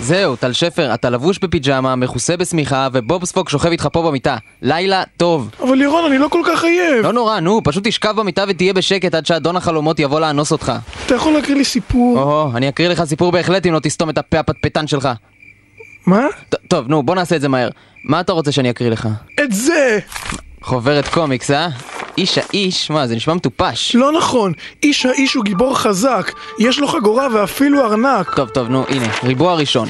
זהו, טל שפר, אתה לבוש בפיג'מה, מכוסה בשמיכה, ובובספוג שוכב איתך פה במיטה. לילה טוב. אבל לירון, אני לא כל כך עייף. לא נורא, נו, פשוט תשכב במיטה ותהיה בשקט עד שאדון החלומות יבוא לאנוס אותך. אתה יכול להקריא לי סיפור? או-הו, אני אקריא לך סיפור בהחלט אם לא תסתום את הפה הפטפטן שלך. מה? ט- טוב, נו, בוא נעשה את זה מהר. מה אתה רוצה שאני אקריא לך? את זה! חוברת קומיקס, אה? איש האיש, מה, זה נשמע מטופש. לא נכון. איש האיש הוא גיבור חזק. יש לו חגורה ואפילו ארנק. טוב, טוב, נו, הנה, ריבוע ראשון.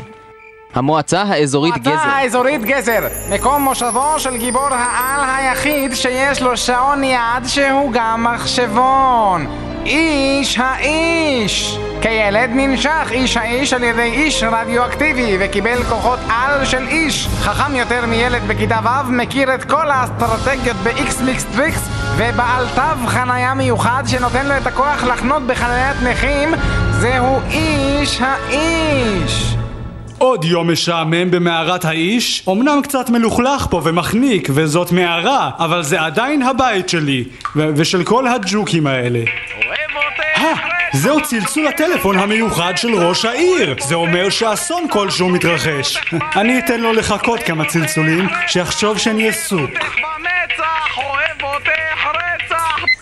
המועצה האזורית המועצה גזר. האזורית גזר, מקום מושבו של גיבור העל היחיד שיש לו שעון יד שהוא גם מחשבון. איש האיש! כילד ננשך איש האיש על ידי איש רדיואקטיבי וקיבל כוחות על של איש. חכם יותר מילד בכיתה ו' מכיר את כל האסטרטגיות ב-X מיקס טריקס ובעל תו חניה מיוחד שנותן לו את הכוח לחנות בחניית נכים זהו איש האיש! עוד יום משעמם במערת האיש, אמנם קצת מלוכלך פה ומחניק, וזאת מערה, אבל זה עדיין הבית שלי, ו- ושל כל הג'וקים האלה. אה, זהו צלצול הטלפון המיוחד של ראש העיר! זה אומר שאסון כלשהו מתרחש. אני אתן לו לחכות כמה צלצולים, שיחשוב שאני עסוק.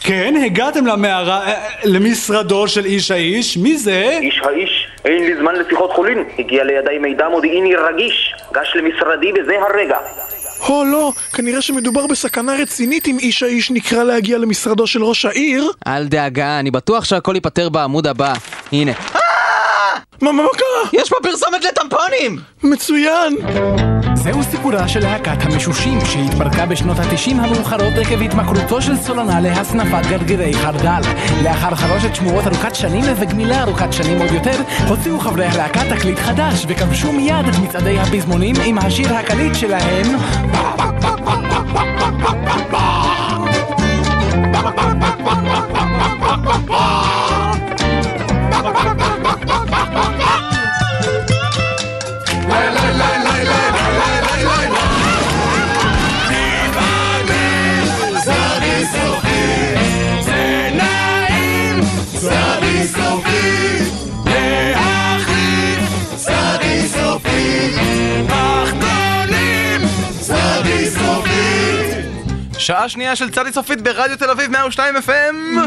כן, הגעתם למערה, אה, אה, למשרדו של איש האיש, מי זה? איש האיש, אין לי זמן לשיחות חולין. הגיע לידיי מידע מודיעיני רגיש. גש למשרדי בזה הרגע. הו, לא, כנראה שמדובר בסכנה רצינית אם איש האיש נקרא להגיע למשרדו של ראש העיר. אל דאגה, אני בטוח שהכל ייפתר בעמוד הבא. הנה. מה, מה, מה קרה? יש פה פרסומת לטמפונים! מצוין! זהו סיפורה של להקת המשושים שהתפרקה בשנות התשעים המאוחרות עקב התמכרותו של סולנה להסנפת גרגירי חרדל. לאחר חרושת שמורות ארוכת שנים וגמילה ארוכת שנים עוד יותר, הוציאו חברי הלהקה תקליט חדש וכבשו מיד את מצעדי הפזמונים עם השיר הקליט שלהם שעה שנייה של צדי סופית ברדיו תל אביב 102 FM!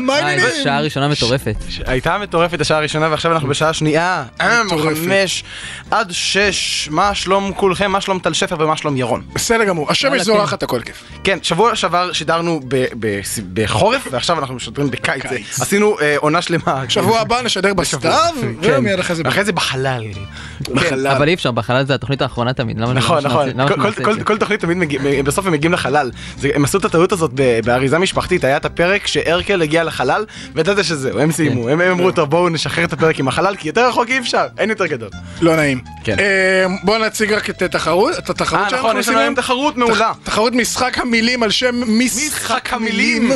מה העניינים? היי, שעה ראשונה מטורפת. הייתה מטורפת השעה הראשונה ועכשיו אנחנו בשעה שנייה. מטורפת. חמש עד שש, מה שלום כולכם, מה שלום טל שפר ומה שלום ירון. בסדר גמור, השמש זורחת הכל כיף. כן, שבוע שעבר שידרנו ב- ב- בחורף ועכשיו אנחנו משדרים בקיץ. קיץ. עשינו אה, עונה שלמה. שבוע הבא נשדר בסתיו, כן. ומיד לא, אחרי זה אחרי זה בחלל. כן. בחלל. אבל אי אפשר, בחלל זה התוכנית האחרונה תמיד, לא למה נכון, למה שנעשה- נכון. למה כל- שנעשה את כל- זה? כל תוכנית תמיד מגיע- מ- בסוף הם מגיעים לחלל. זה- הם עשו את הטעות הזאת ב- באריזה משפחתית, היה את הפרק שהרקל הגיע לחלל, וידעת שזהו, הם סיימו, הם הם אמרו, טוב בואו נשחרר את הפרק עם החלל, כי יותר רחוק אי אפשר, אין יותר גדול. לא נעים. כן. אה, בוא נציג רק את התחרות, את התחרות אה שאנחנו נכון, יש לנו היום עושים תחרות מעולה. תחרות משחק המילים על שם משחק המילים.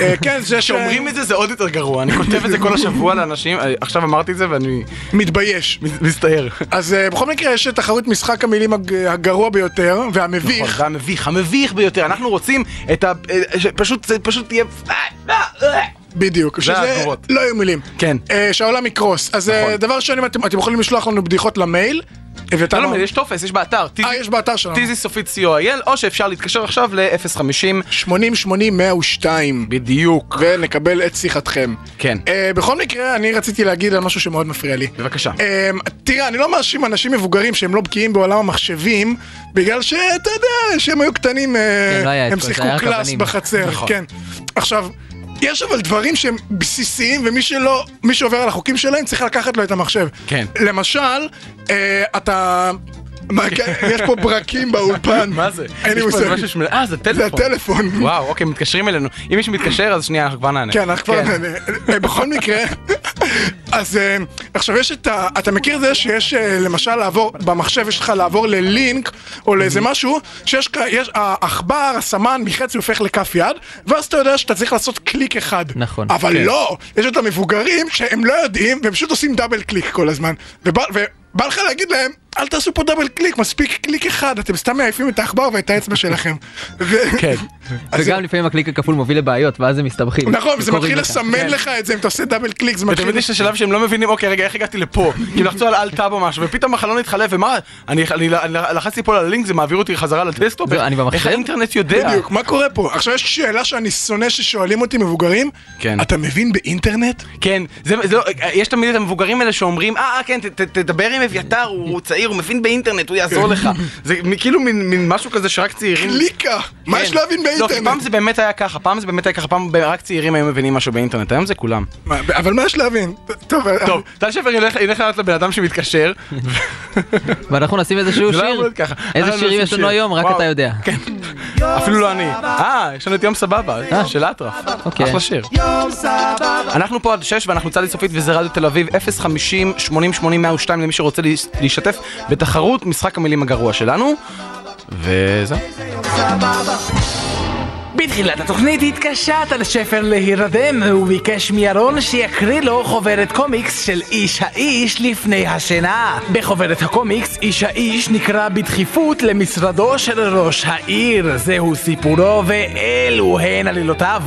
אה, כן, זה כשאומרים את זה זה עוד יותר גרוע, אני כותב את זה כל השבוע לאנשים, אה, עכשיו אמרתי את זה ואני מתבייש. מס- מסתער. אז אה, בכל מקרה יש את תחרות משחק המילים הג- הגרוע ביותר, והמביך. נכון, המביך, המביך ביותר, אנחנו רוצים את ה... אה, ש- פשוט, זה פשוט תהיה... בדיוק. שזה התגובות. לא יהיו מילים. כן. אה, שהעולם יקרוס. אז אה, נכון. דבר שני, אתם אתם יכולים לשלוח לנו בדיחות למייל. לא, אביתר לא, אמר- יש טופס, יש באתר. אה, יש באתר שלנו. טיזי סופית co.il, או שאפשר להתקשר עכשיו ל-050. 80-80-102. בדיוק. ונקבל את שיחתכם. כן. אה, בכל מקרה, אני רציתי להגיד על משהו שמאוד מפריע לי. בבקשה. אמ, תראה, אני לא מאשים אנשים מבוגרים שהם לא בקיאים בעולם המחשבים, בגלל שאתה יודע, שהם היו קטנים, כן, אה, לא היה הם אצבע, זה שיחקו היה רק קלאס אבנים. בחצר, נכון. כן. עכשיו, יש אבל דברים שהם בסיסיים, ומי שלא, מי שעובר על החוקים שלהם צריך לקחת לו את המחשב. כן. למשל, אה, אתה... מה, כן, יש פה ברקים באולפן. מה זה? אין לי יש פה איזה מושג. משהו שמ- אה, זה זה טלפון. הטלפון. וואו, אוקיי, מתקשרים אלינו. אם מישהו מתקשר, אז שנייה, אנחנו כבר נענה. כן, אנחנו כבר נענה. אה, בכל מקרה, אז אה, עכשיו יש את ה... אתה מכיר את זה שיש אה, למשל לעבור, במחשב יש לך לעבור ללינק או לאיזה משהו, שיש כ- יש- העכבר, הסמן, מחצי הופך לכף יד, ואז אתה יודע שאתה צריך לעשות קליק אחד. נכון. אבל לא, יש את המבוגרים שהם לא יודעים, והם פשוט עושים דאבל קליק כל הזמן. ובא- ובא לך להגיד להם, אל תעשו פה דאבל קליק, מספיק קליק אחד, אתם סתם מעייפים את העכבר ואת האצבע שלכם. ו- כן. אז זה- וגם לפעמים הקליק הכפול מוביל לבעיות, ואז הם מסתבכים. נכון, זה וקוראים מתחיל לך. כן. לסמן לך את זה, אם אתה עושה דאבל קליק, זה מתחיל... ותמיד יש את השלב שהם לא מבינים, אוקיי, רגע, איך הגעתי לפה? כי הם לחצו על אל טאב או משהו, ופתאום החלון התחלף, ומה? אני אני- אני לחצתי פה על הלינק, זה מעביר אותי חזרה לדסטופ? זהו, אני במחשב? איך האינטרנט יודע? בדיוק, מה קורה פה? עכשיו יש שאלה שאני שונא ששואלים אותי מבוגרים, כן. אתה מבין באינטרנט? כן, זה, זה לא, יש תמיד את המבוגרים האלה שאומרים, אה, אה, כן, ת, ת, תדבר עם אביתר, הוא, הוא צעיר, הוא מבין באינטרנט, הוא יעזור לך. זה מ- כאילו מין, מין משהו כזה שרק צעירים... קליקה! מה כן. יש להבין לא, כי פעם באינטרנט? זה באמת היה ככה, פעם זה באמת היה ככה, פעם ב- רק צעירים היו מבינים משהו באינטרנט, היום זה כולם. מה, אבל מה יש להבין? טוב, אה, טוב, טל שפר ילך ילך לענות לבן אדם שמתקשר, ואנחנו נשים איזשהו זה לא אמור שיר. להיות ככה. איזה אנחנו שירים נשים יש לנו שיר. היום, רק וואו. כן, אתה יודע. אפילו לא אני. אה, יש לנו את יום סבבה, אה, של אטרף. כן. אוקיי. אחלה שיר. אנחנו פה עד 6 ואנחנו צלי סופית וזה רדיו תל אביב 050 80 80 102 למי שרוצה להש- להשתתף בתחרות משחק המילים הגרוע שלנו. וזהו. בתחילת התוכנית התקשה טל שפר להירדם, הוא ביקש מירון שיקריא לו חוברת קומיקס של איש האיש לפני השינה. בחוברת הקומיקס איש האיש נקרא בדחיפות למשרדו של ראש העיר. זהו סיפורו ואלו הן עלילותיו.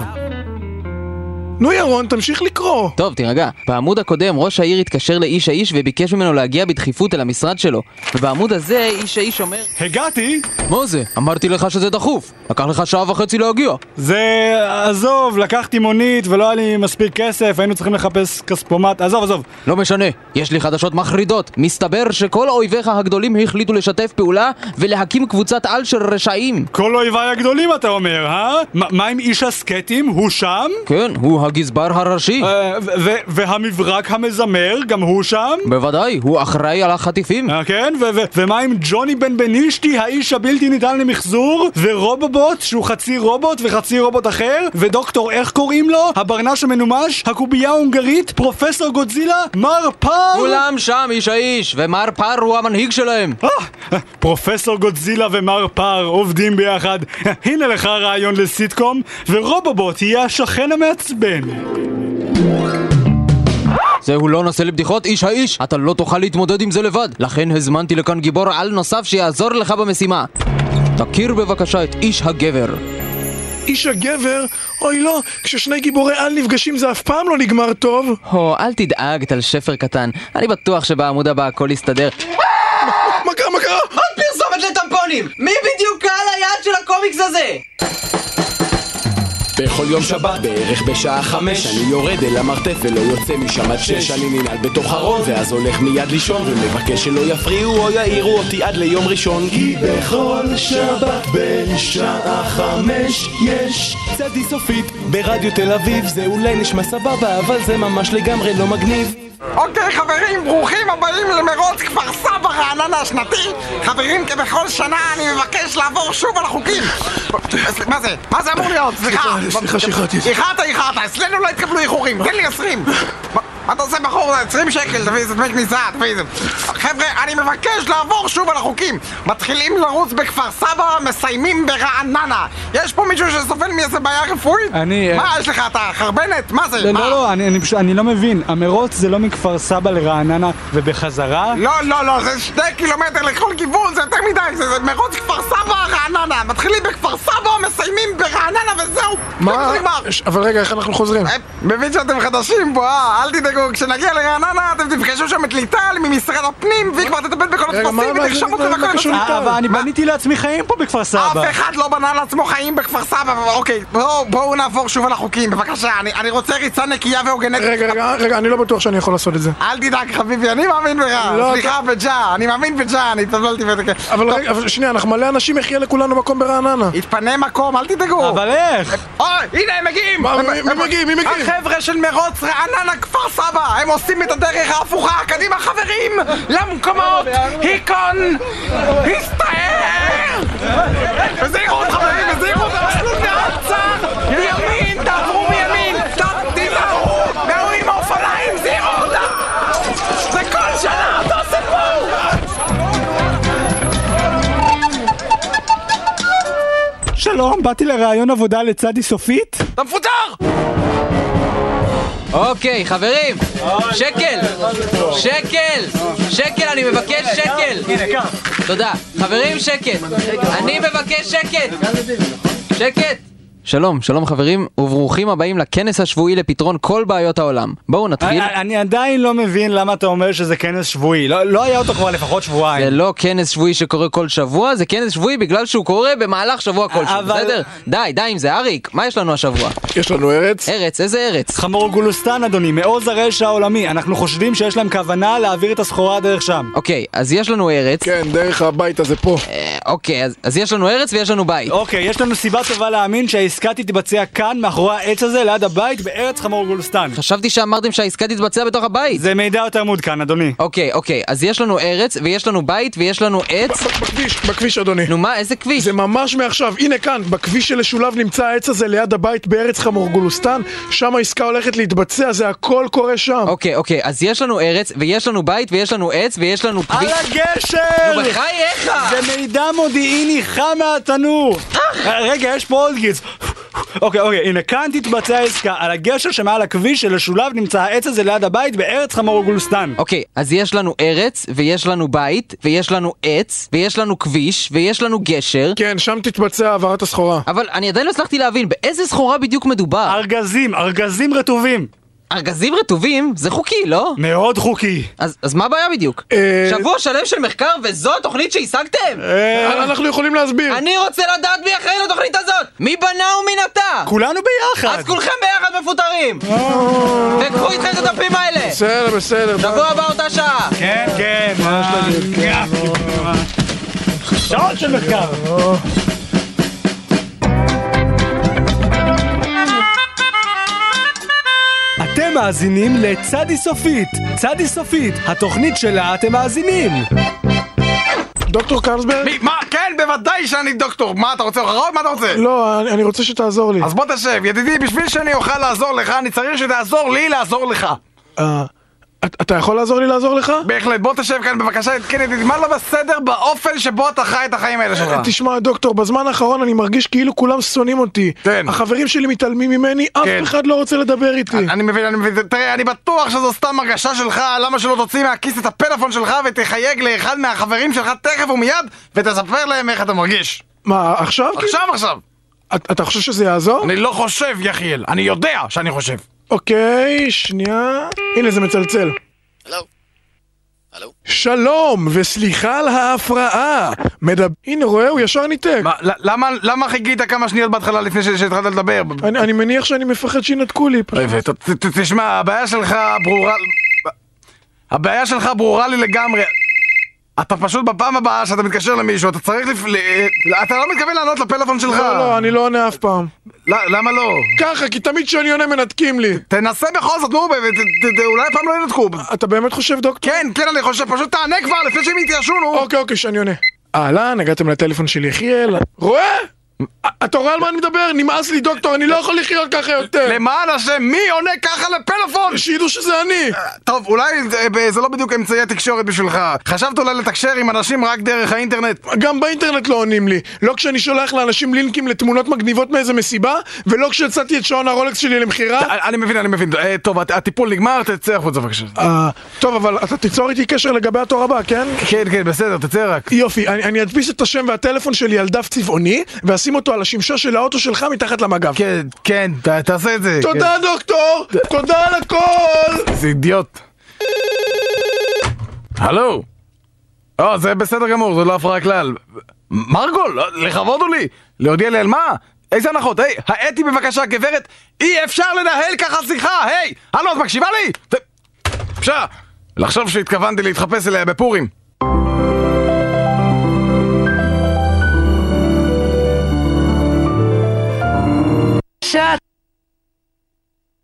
נו ירון, תמשיך לקרוא. טוב, תירגע. בעמוד הקודם ראש העיר התקשר לאיש האיש וביקש ממנו להגיע בדחיפות אל המשרד שלו. ובעמוד הזה איש האיש אומר... הגעתי! מה זה? אמרתי לך שזה דחוף. לקח לך שעה וחצי להגיע. זה... עזוב, לקחתי מונית ולא היה לי מספיק כסף, היינו צריכים לחפש כספומט, עזוב, עזוב. לא משנה, יש לי חדשות מחרידות. מסתבר שכל אויביך הגדולים החליטו לשתף פעולה ולהקים קבוצת על של רשעים. כל אויביי הגדולים אתה אומר, אה? מה- מה עם איש הסקטים? הוא שם? כן, הוא הגזבר הראשי. אה, ו- ו- והמברק המזמר, גם הוא שם? בוודאי, הוא אחראי על החטיפים. אה, כן, ו- ו- ומה עם ג'וני בן בנישתי, האיש הבלתי ניתן למחזור, ורובובוט, שהוא חצי רובוט וחצי רובוט אחר, ודוקטור, איך קוראים לו? הברנש המנומש, הקובייה ההונגרית, פרופסור גודזילה, מר פאר! כולם שם, איש האיש, ומר פר הוא המנהיג שלהם. אה, פרופסור גודזילה ומר פאר עובדים ביחד. הנה לך רעיון לסיטקום, ורובובוט יהיה השכן המעצבן. זהו לא נושא לבדיחות, איש האיש. אתה לא תוכל להתמודד עם זה לבד. לכן הזמנתי לכאן גיבור על נוסף שיעזור לך במשימה. תכיר בבקשה את איש הגבר. איש הגבר, אוי לא, כששני גיבורי על נפגשים זה אף פעם לא נגמר טוב. הו, אל תדאג, טל שפר קטן. אני בטוח שבעמוד הבא הכל יסתדר. מה קרה, מה קרה? פרסומת לטמפונים! מי בדיוק קהל היעד של הקומיקס הזה? בכל יום שבת בערך בשעה חמש אני יורד אל המרתף ולא יוצא משם עד שש אני ננעל בתוך ארון ואז הולך מיד לישון ומבקש שלא יפריעו או יעירו אותי עד ליום ראשון כי בכל שבת בין שעה חמש יש צדי סופית ברדיו תל אביב זה אולי נשמע סבבה אבל זה ממש לגמרי לא מגניב אוקיי חברים, ברוכים הבאים למרוץ כפר סבא רעננה השנתי. חברים, כבכל שנה אני מבקש לעבור שוב על החוקים. מה זה? מה זה אמור להיות? סליחה. סליחה, סליחה, שאיחרתי. איחרת, איחרת, אצלנו לא התקבלו איחורים, תן לי 20. מה- מה אתה עושה בחור? 20 שקל, תביא איזה דמי כניסה, תביא איזה... חבר'ה, אני מבקש לעבור שוב על החוקים. מתחילים לרוץ בכפר סבא, מסיימים ברעננה. יש פה מישהו שסובל מאיזה בעיה רפואית? אני, אה, מה יש לך, אתה חרבנת? מה זה? לא, מה? אה. לא, אני, אני, פשוט, אני לא מבין, המרוץ זה לא מכפר סבא לרעננה ובחזרה? לא, לא, לא, זה שני קילומטר לכל כיוון, זה יותר מדי, זה, זה מרוץ כפר סבא, רעננה. מתחילים בכפר סבא, מסיימים ברעננה וזהו. מה? זה נגמר. ש- אבל רגע, איך אנחנו חוזרים? אה, מבין שאתם חדשים פה, אה? אל תדאגו, כשנגיע לרעננה אתם תפגשו שם את ליטל ממשרד הפנים, והיא כבר תטפל בכל רגע, מה- הטפסים מה זה- ותרשום מה- אותם מה לכל קשור אה, אבל אני בניתי לעצמי חיים פה בכפר סבא. אף אחד לא בנה לעצמו חיים בכפר סבא, אבל אוקיי, בואו בואו נעבור שוב על החוקים, בבקשה, אני, אני רוצה ריצה נקייה והוגנת. רגע, רגע, רגע, אני לא בטוח שאני יכול לעשות את זה. אל תדאג חביבי, אני מאמין בך, לא, סליחה בג'ה, אני מאמין בג'ה, אני התבלבלתי בזה. אבל רגע, אבל שנייה, אנחנו מלא אנשים, איך יהיה לכולנו מקום ברעננה? התפנה מקום, אל תדאגו. אבל איך? אוי, אה, הנה הם מגיעים! מה, הם- מי- הם- מי מגיעים? מי מגיעים? החבר'ה של מרוץ רעננה כפר סבא! הם עושים את הדרך ההפוכה! קדימה חברים! למקומות! היקון! הסתער! בזהירות חברים, בזהירות! המסלול מאוד צר! מימין! תעברו מימין! ת- תיזהרו! מההוא עם האופניים! זהירות! זה כל שנה אותו סיפור! שלום, באתי לראיון עבודה לצדי סופית? אתה מפוטר! אוקיי, חברים, שקל, שקל, שקל, אני מבקש שקל. תודה. חברים, שקט. אני מבקש שקט. שקט. שלום, שלום חברים, וברוכים הבאים לכנס השבועי לפתרון כל בעיות העולם. בואו נתחיל. אני- אני עדיין לא מבין למה אתה אומר שזה כנס שבועי. לא לא היה אותו כבר לפחות שבועיים. זה לא כנס שבועי שקורה כל שבוע, זה כנס שבועי בגלל שהוא קורה במהלך שבוע כלשהו, אבל- בסדר? די, די עם זה, אריק, מה יש לנו השבוע? יש לנו ארץ? אה. ארץ, איזה ארץ? חמורגולוסטן, אדוני, מעוז הרשע העולמי. אנחנו חושדים שיש להם כוונה להעביר את הסחורה דרך שם. אוקיי, אז יש לנו ארץ. כן, דרך הבית הזה פה. אוקיי, אז- אז יש לנו ארץ ויש לנו בית. אוקיי, יש לנו סיבה טובה להאמין שהעסקה תתבצע כאן, מאחורי העץ הזה, ליד הבית, בארץ חמורגולוסטן. חשבתי שאמרתם שהעסקה תתבצע בתוך הבית. זה מידע יותר מעודכן, אדוני. אוקיי, אוקיי, אז יש לנו ארץ, ויש לנו בית, ויש לנו עץ. בכביש, בכביש אדוני. נו מה, איזה כביש? זה ממש מעכשיו, הנה כאן, בכביש שלשולב נמצא העץ הזה ליד הבית בארץ חמורגולוסטן, שם העסקה הולכת להתבצע, זה הכל קורה שם. אוקיי, אוקיי, אז יש לנו ארץ, ויש לנו בית, ויש לנו עץ, ויש לנו על כביש. הגשר! אוקיי. נו בחייך! זה מידע מודיעיני חם מהתנור! רגע, יש פה עוד גיץ. אוקיי, אוקיי, הנה, כאן תתבצע העסקה, על הגשר שמעל הכביש שלשולב נמצא העץ הזה ליד הבית בארץ חמורגולוסטן. אוקיי, אז יש לנו ארץ, ויש לנו בית, ויש לנו עץ, ויש לנו כביש, ויש לנו גשר, כן, שם תתבצע העברת הסחורה. אבל אני עדיין לא הצלחתי להבין באיזה סחורה בדיוק מדובר. ארגזים, ארגזים רטובים. ארגזים רטובים? זה חוקי, לא? מאוד חוקי. אז אז מה הבעיה בדיוק? אה, שבוע שלם של מחקר וזו התוכנית שהשגתם? אה, אנחנו יכולים להסביר. אני רוצה לדעת מי אחראי לתוכנית הזאת! מי בנה ומי נטע! כולנו ביחד! אז כולכם ביחד מפוטרים! וקחו איתכם את הדפים האלה! בסדר, בסדר. שבוע הבא אותה שעה! כן, כן, שעות של מחקר! אתם מאזינים לצדי סופית, צדי סופית, התוכנית שלה אתם מאזינים. דוקטור קרסברג? מי- מה? כן, בוודאי שאני דוקטור. מה אתה רוצה? הוכחות? מה אתה רוצה? לא, אני- אני רוצה שתעזור לי. אז בוא תשב, ידידי, בשביל שאני אוכל לעזור לך, אני צריך שתעזור לי לעזור לך. אה, את- אתה יכול לעזור לי לעזור לך? בהחלט, בוא תשב כאן בבקשה, כן ידידי, מה לא בסדר באופן שבו אתה חי את החיים האלה שלך? תשמע, דוקטור, בזמן האחרון אני מרגיש כאילו כולם שונאים אותי. כן. החברים שלי מתעלמים ממני, אף כן. אחד לא רוצה לדבר איתי. אני מבין, אני מבין, תראה, אני בטוח שזו סתם הרגשה שלך, למה שלא תוציא מהכיס את הפלאפון שלך ותחייג לאחד מהחברים שלך תכף ומיד, ותספר להם איך אתה מרגיש. מה, עכשיו? כאילו? עכשיו עכשיו! את- אתה חושב שזה יעזור? אני לא חושב, יחיאל, אני יודע שאני חושב. אוקיי, שנייה. הנה, זה מצלצל. שלום, וסליחה על ההפרעה. מדבר... הנה, רואה, הוא ישר ניתק. מה, ל- למה- למה חיכית כמה שניות בהתחלה לפני ש- שהתחלת לדבר? אני, אני מניח שאני מפחד שינתקו לי. פשוט. ת- ת- ת- תשמע, הבעיה שלך ברורה... הבעיה שלך ברורה לי לגמרי. אתה פשוט בפעם הבאה שאתה מתקשר למישהו, אתה צריך לפ... ל- אתה לא מתכוון לענות לפלאפון שלך. לא, לא, אני לא עונה אף פעם. ל- למה לא? ככה, כי תמיד כשאני עונה מנתקים לי. תנסה בכל זאת, נו, ו- ת- ת- ת- אולי הפעם לא ינתקו. אתה באמת חושב, דוקטור? כן, כן, אני חושב, פשוט תענה כבר לפני שהם יתייאשו, נו. אוקיי, אוקיי, שאני עונה. אהלן, הגעתם לטלפון של יחיאל. רואה? אתה רואה על מה אני מדבר? נמאס לי, דוקטור, אני לא יכול לחיות ככה יותר. למען השם, מי עונה ככה לפלאפון? שידעו שזה אני. טוב, אולי אה, זה לא בדיוק אמצעי התקשורת בשבילך. חשבת אולי לתקשר עם אנשים רק דרך האינטרנט. גם באינטרנט לא עונים לי. לא כשאני שולח לאנשים לינקים לתמונות מגניבות מאיזה מסיבה, ולא כשהצעתי את שעון הרולקס שלי למכירה. אני מבין, אני מבין. אה, טוב, הט- הטיפול נגמר, תצא החוצה בבקשה. אה, טוב, אבל אתה תיצור איתי קשר לגבי התור הבא, כן? כן, כן, בסדר, תצא רק. יופי, אני, אני אדפיס את השם והטלפון שלי על דף צבעוני, ואשים אותו על השמשוש של האוטו שלך מתחת למגב. כן, כן, ת- תעשה את זה. תודה, כן. דוקטור! תודה על הכל! כן. זה אידיוט. הלו? אה, זה בסדר גמור, זו לא הפרעה כלל. מרגול, לא, לכבוד הוא לי. להודיע לי על מה? איזה הנחות? היי, האתי בבקשה, גברת. אי אפשר לנהל ככה שיחה, היי! הלו, את מקשיבה לי? ת- פשע! לחשוב שהתכוונתי להתחפש אליה בפורים.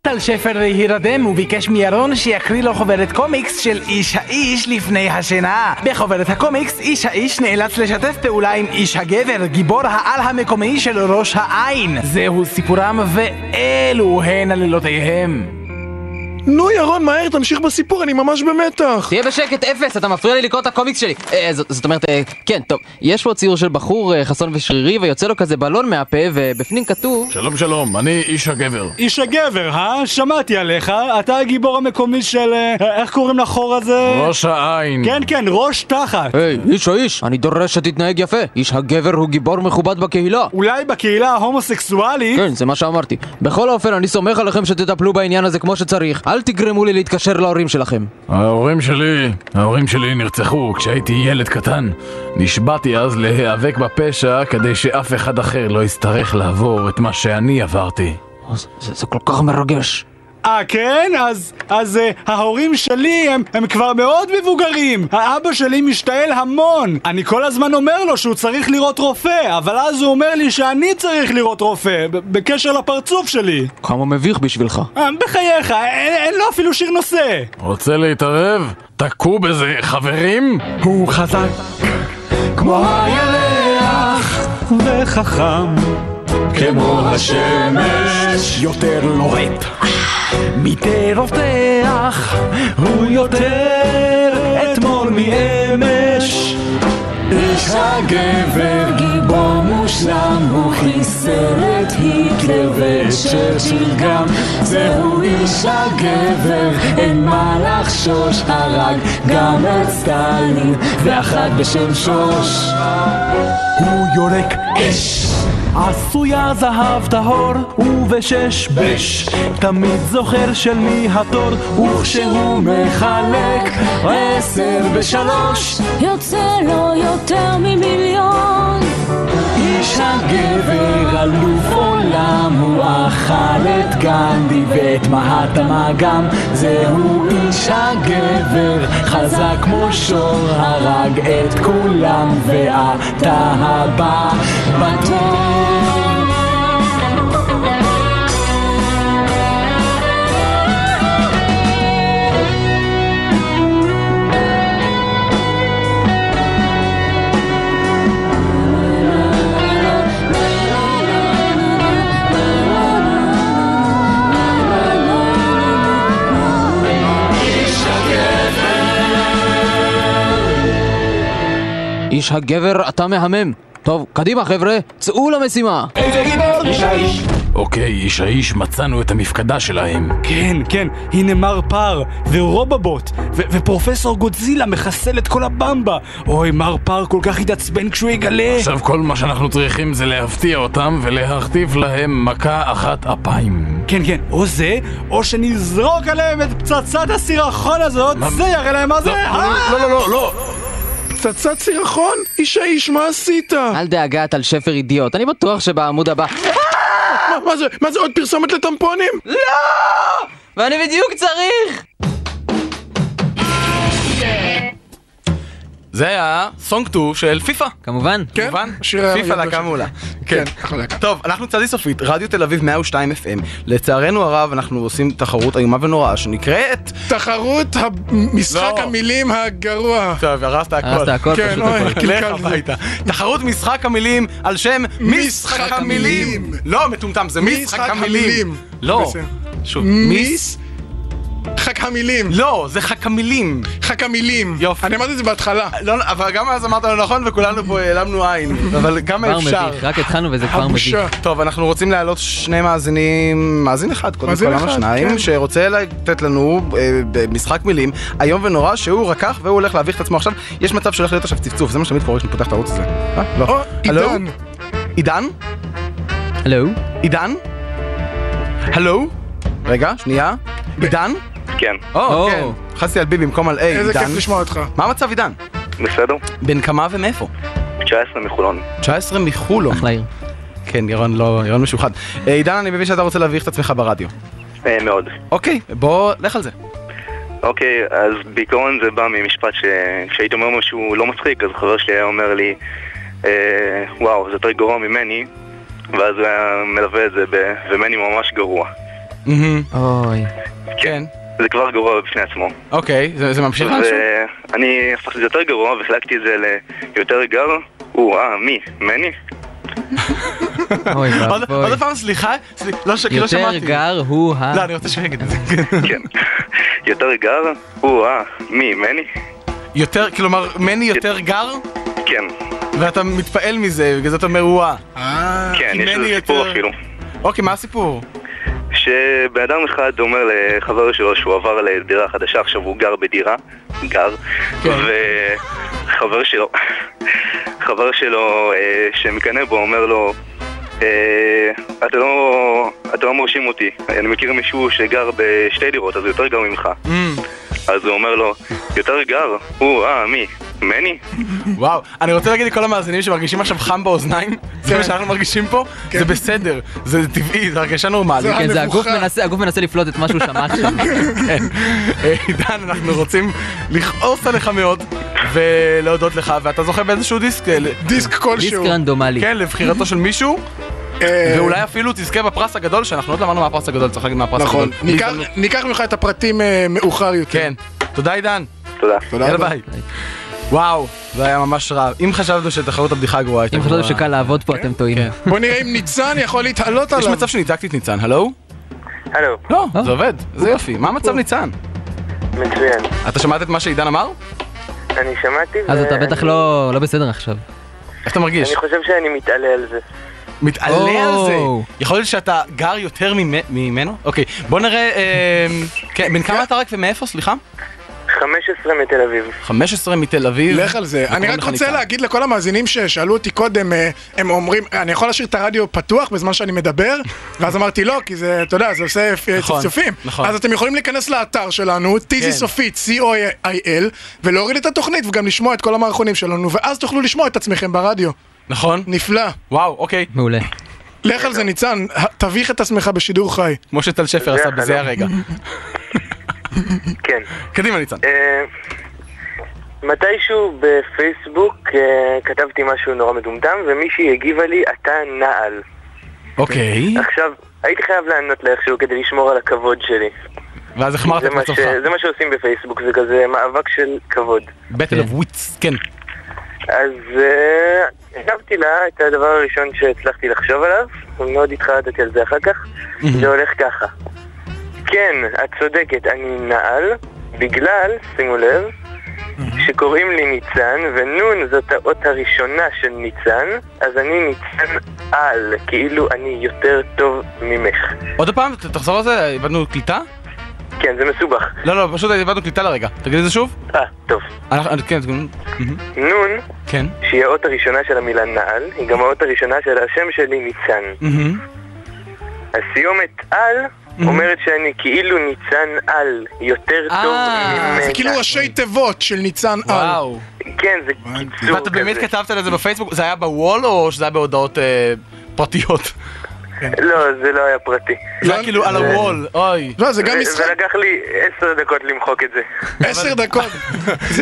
טל שפר הירדם וביקש מירון שיקריא לו חוברת קומיקס של איש האיש לפני השינה. בחוברת הקומיקס איש האיש נאלץ לשתף פעולה עם איש הגבר, גיבור העל המקומי של ראש העין. זהו סיפורם ואלו הן עלילותיהם. נו ירון, מהר, תמשיך בסיפור, אני ממש במתח. תהיה בשקט, אפס, אתה מפריע לי לקרוא את הקומיקס שלי. אה, זאת זאת אומרת, אה, כן, טוב, יש פה ציור של בחור אה, חסון ושרירי, ויוצא לו כזה בלון מהפה, ובפנים כתוב... שלום שלום, אני איש הגבר. איש הגבר, אה? שמעתי עליך, אתה הגיבור המקומי של... אה, איך קוראים לחור הזה? ראש העין. כן, כן, ראש תחת. היי, איש האיש, אני דורש שתתנהג יפה. איש הגבר הוא גיבור מכובד בקהילה. אולי בקהילה ההומוסקסואלית? כן, זה מה שאמרתי. בכל אופן, אני סומך עליכם שתטפלו בעניין הזה כמו שצריך. אל תגרמו לי להתקשר להורים שלכם. ההורים שלי, ההורים שלי נרצחו כשהייתי ילד קטן. נשבעתי אז להיאבק בפשע כדי שאף אחד אחר לא יצטרך לעבור את מה שאני עברתי. זה, זה כל כך מרגש. אה, כן? אז, אז אה, ההורים שלי הם, הם כבר מאוד מבוגרים. האבא שלי משתעל המון. אני כל הזמן אומר לו שהוא צריך לראות רופא, אבל אז הוא אומר לי שאני צריך לראות רופא, ב- בקשר לפרצוף שלי. כמה מביך בשבילך. אה, בחייך, אין, אין לו אפילו שיר נושא. רוצה להתערב? תכו בזה, חברים! הוא חזק כמו הירח וחכם כמו השמש יותר לוהט מטרוף תיח הוא יותר אתמול מאמש איש הגבר גיבור מושלם הוא חיסל את היטלר ואת צ'רצ'יל גם זהו איש הגבר אין מה לחשוש הרג גם את סטלין ואחת בשם שוש הוא יורק אש עשויה זהב טהור ובשש בש תמיד זוכר של מי התור וכשהוא מחלק עשר בשלוש יוצא לו יותר ממיליון. איש הגבר אלוף עולם הוא אכל את גנדי ואת מהתמה גם זהו איש הגבר חזק כמו שור הרג את כולם ואתה הבא בתור איש הגבר, אתה מהמם. טוב, קדימה חבר'ה, צאו למשימה. איזה גיבור איש האיש אוקיי, איש האיש, מצאנו את המפקדה שלהם. כן, כן, הנה מר פר, ורובבוט, ו- ופרופסור גודזילה מחסל את כל הבמבה. אוי, מר פר כל כך יתעצבן כשהוא יגלה. עכשיו כל מה שאנחנו צריכים זה להפתיע אותם ולהכתיב להם מכה אחת אפיים. כן, כן, או זה, או שנזרוק עליהם את פצצת הסירחון הזאת, זה יראה להם מה זה. אה! לא, לא, לא. פצצת סירחון? איש האיש, מה עשית? אה, אל דאגה, טל שפר אידיוט. אני בטוח שבעמוד הבא... מה- מה זה? מה זה עוד פרסומת לטמפונים? ואני בדיוק צריך! זה היה סונג 2 של פיפא. כמובן. כן, שיר היה פיפא מגן להקה בשם. מעולה. כן, כן. אחלה להקה. טוב, אנחנו צדי סופית, רדיו תל אביב 102 FM. לצערנו הרב, אנחנו עושים תחרות איומה ונוראה שנקראת... תחרות משחק לא. המילים הגרוע. טוב, הרסת הכל. הרסת הכל, כן, פשוט אוי, הכל. לך קלקלתי. הביתה. תחרות משחק המילים על שם משחק המילים. לא, מטומטם, זה משחק המילים. לא. בסדר. שוב, מיס... חק המילים. לא, זה חק המילים. חק המילים. יופי. אני אמרתי את זה בהתחלה. לא, אבל גם אז אמרת לא נכון וכולנו פה העלמנו עין, אבל כמה כבר אפשר. מביך, רק התחלנו וזה כבר מביך. הבושה. טוב, אנחנו רוצים להעלות שני מאזינים, מאזין אחד קודם מאזין כל, למה אחד, שניים, כן. שרוצה לתת לנו אה, במשחק מילים איום ונורא שהוא רקח והוא הולך להביך את עצמו עכשיו. יש מצב שהולך להיות עכשיו צפצוף, זה מה שתמיד קורה כשאני פותח את הערוץ הזה. אה? לא. או, הלו? עידן. עידן? הלו? עידן? הלו? רגע, שנייה. עידן? כן. או, או. כן. חסתי על בי במקום על איי, עידן. איזה כיף לשמוע אותך. מה המצב עידן? בסדר? בן כמה ומאיפה? 19 מחולון. 19 מחולון. אחלה עיר. כן, ירון לא, ירון משוחד. אה, עידן, אני מבין שאתה רוצה להביך את עצמך ברדיו. אה, מאוד. אוקיי, בוא, לך על זה. אוקיי, אז בעיקרון זה בא ממשפט שכשהייתי אומר משהו לא מצחיק, אז חבר שלי היה אומר לי, אה, וואו, זה יותר גרוע ממני, ואז הוא היה מלווה את זה ב... ומני ממש גרוע. אוי. כן. זה כבר גרוע בפני עצמו. אוקיי, זה זה ממשיך משהו? ואני הפכתי את זה יותר גרוע וחילקתי את זה ליותר גר, או אה, מי? מני? אוי עוד ואבוי. עוד פעם, סליחה, סל- לא ש- כי לא שמעתי. יותר גר הוא ה... לא, אני רוצה שאני אגיד את זה. כן. יותר גר? או-אה, מי, מני? יותר, כלומר, מני יותר גר? כן. ואתה מתפעל מזה, בגלל זה אתה אומר וואה. כן, כי יש מני לזה סיפור יותר- אפילו. אוקיי, מה הסיפור? שבן אדם אחד אומר לחבר שלו שהוא עבר לדירה חדשה, עכשיו הוא גר בדירה, גר, כן. וחבר שלו, חבר שלו אה, שמקנא בו אומר לו, אה, אתה לא, אתה לא מרשים אותי, אני מכיר מישהו שגר בשתי דירות, אז הוא יותר גר ממך. Mm. אז הוא אומר לו, יותר גר? הוא, אה, מי? מני? וואו, אני רוצה להגיד לכל המאזינים שמרגישים עכשיו חם באוזניים, זה מה שאנחנו מרגישים פה, זה בסדר, זה טבעי, זו הרגשה נורמלית. כן, זה הגוף מנסה, הגוף מנסה לפלוט את מה שהוא שמע עכשיו. כן. אה, עידן, אנחנו רוצים לכעוס עליך מאוד ולהודות לך, ואתה זוכה באיזשהו דיסק. אה, ל- דיסק כן. כלשהו. אה, דיסק רנדומלי. כן, לבחירתו של מישהו. ואולי אפילו תזכה בפרס הגדול, שאנחנו עוד לא למדנו מהפרס הגדול, צריך להגיד מהפרס הגדול. נכון. ניקח- ניקח ממך את הפרטים אה, מאוחר יותר. כן. תודה עידן. תודה. תודה יאללה רבה. ביי. וואו, זה היה ממש רע. אם חשבנו שתחרות הבדיחה הגרועה הייתה אם גרועה. חשבתם שקל לעבוד כן. פה, אתם טועים. בוא נראה אם ניצן יכול להתעלות יש עליו. מצב שניתקתי את ניצן, הלו? הלו. לא, זה עובד, זה יופי. מה המצב ניצן? מצוין. אתה שמעת את מה שעידן אמר? אני שמעתי אז ו- אתה בטח לא לא בסדר עכשיו. איך אתה מרגיש? אני חושב שאני מתעלה על זה. מתעלה על זה. או. יכול להיות שאתה גר יותר ממ- ממנו? אוקיי, בוא נראה... אמ, כן, בן כמה אתה רק ומאיפה? סליחה? 15 מתל אביב. 15 מתל אביב. לך על זה. אני וקוראים רק לך רוצה ניצן. להגיד לכל המאזינים ששאלו אותי קודם, אה, הם אומרים, אני יכול להשאיר את הרדיו פתוח בזמן שאני מדבר? ואז אמרתי לא, כי זה, אתה יודע, זה עושה אה, נכון, צפצופים. נכון. אז אתם יכולים להיכנס לאתר שלנו, כן. טיזי סופית, co.il, ולהוריד את התוכנית וגם לשמוע את כל המערכונים שלנו, ואז תוכלו לשמוע את עצמכם ברדיו. נכון. נפלא. וואו, אוקיי. מעולה. לך על זה, ניצן, ה- תביך את עצמך בשידור חי. כמו שטל שפר עשה בזה הרגע. כן. קדימה ניצן. אה, מתישהו בפייסבוק אה, כתבתי משהו נורא מדומדם, ומישהי הגיבה לי, אתה נעל. אוקיי. עכשיו, הייתי חייב לענות לה איכשהו כדי לשמור על הכבוד שלי. ואז החמרת אוקיי, זה את מה ש- מצבך. זה מה שעושים בפייסבוק, זה כזה מאבק של כבוד. בטל אוף וויטס, כן. אז אה, כתבתי לה את הדבר הראשון שהצלחתי לחשוב עליו, ומאוד התחרטתי על זה אחר כך, זה הולך ככה. כן, את צודקת, אני נעל, בגלל, שימו לב, שקוראים לי ניצן, ונון זאת האות הראשונה של ניצן, אז אני ניצן על, כאילו אני יותר טוב ממך. עוד פעם, ת- תחזור על זה, איבדנו קליטה? כן, זה מסובך. לא, לא, פשוט איבדנו קליטה לרגע. תגיד את זה שוב? אה, טוב. כן, זה- מהמם. נון, כן. שהיא האות הראשונה של המילה נעל, היא גם האות הראשונה של השם שלי ניצן. מהמם. הסיומת על אומרת שאני כאילו ניצן על יותר טוב ממנה. זה כאילו ראשי תיבות של ניצן על. וואו. כן, זה קיצור ואתה באמת כזה. כתבת על זה בפייסבוק? זה היה בוול או שזה היה בהודעות אה, פרטיות? לא, זה לא היה פרטי. זה היה כאילו על הוול, אוי. לא, אה, ו- ולקח לי עשר דקות למחוק את זה. עשר דקות?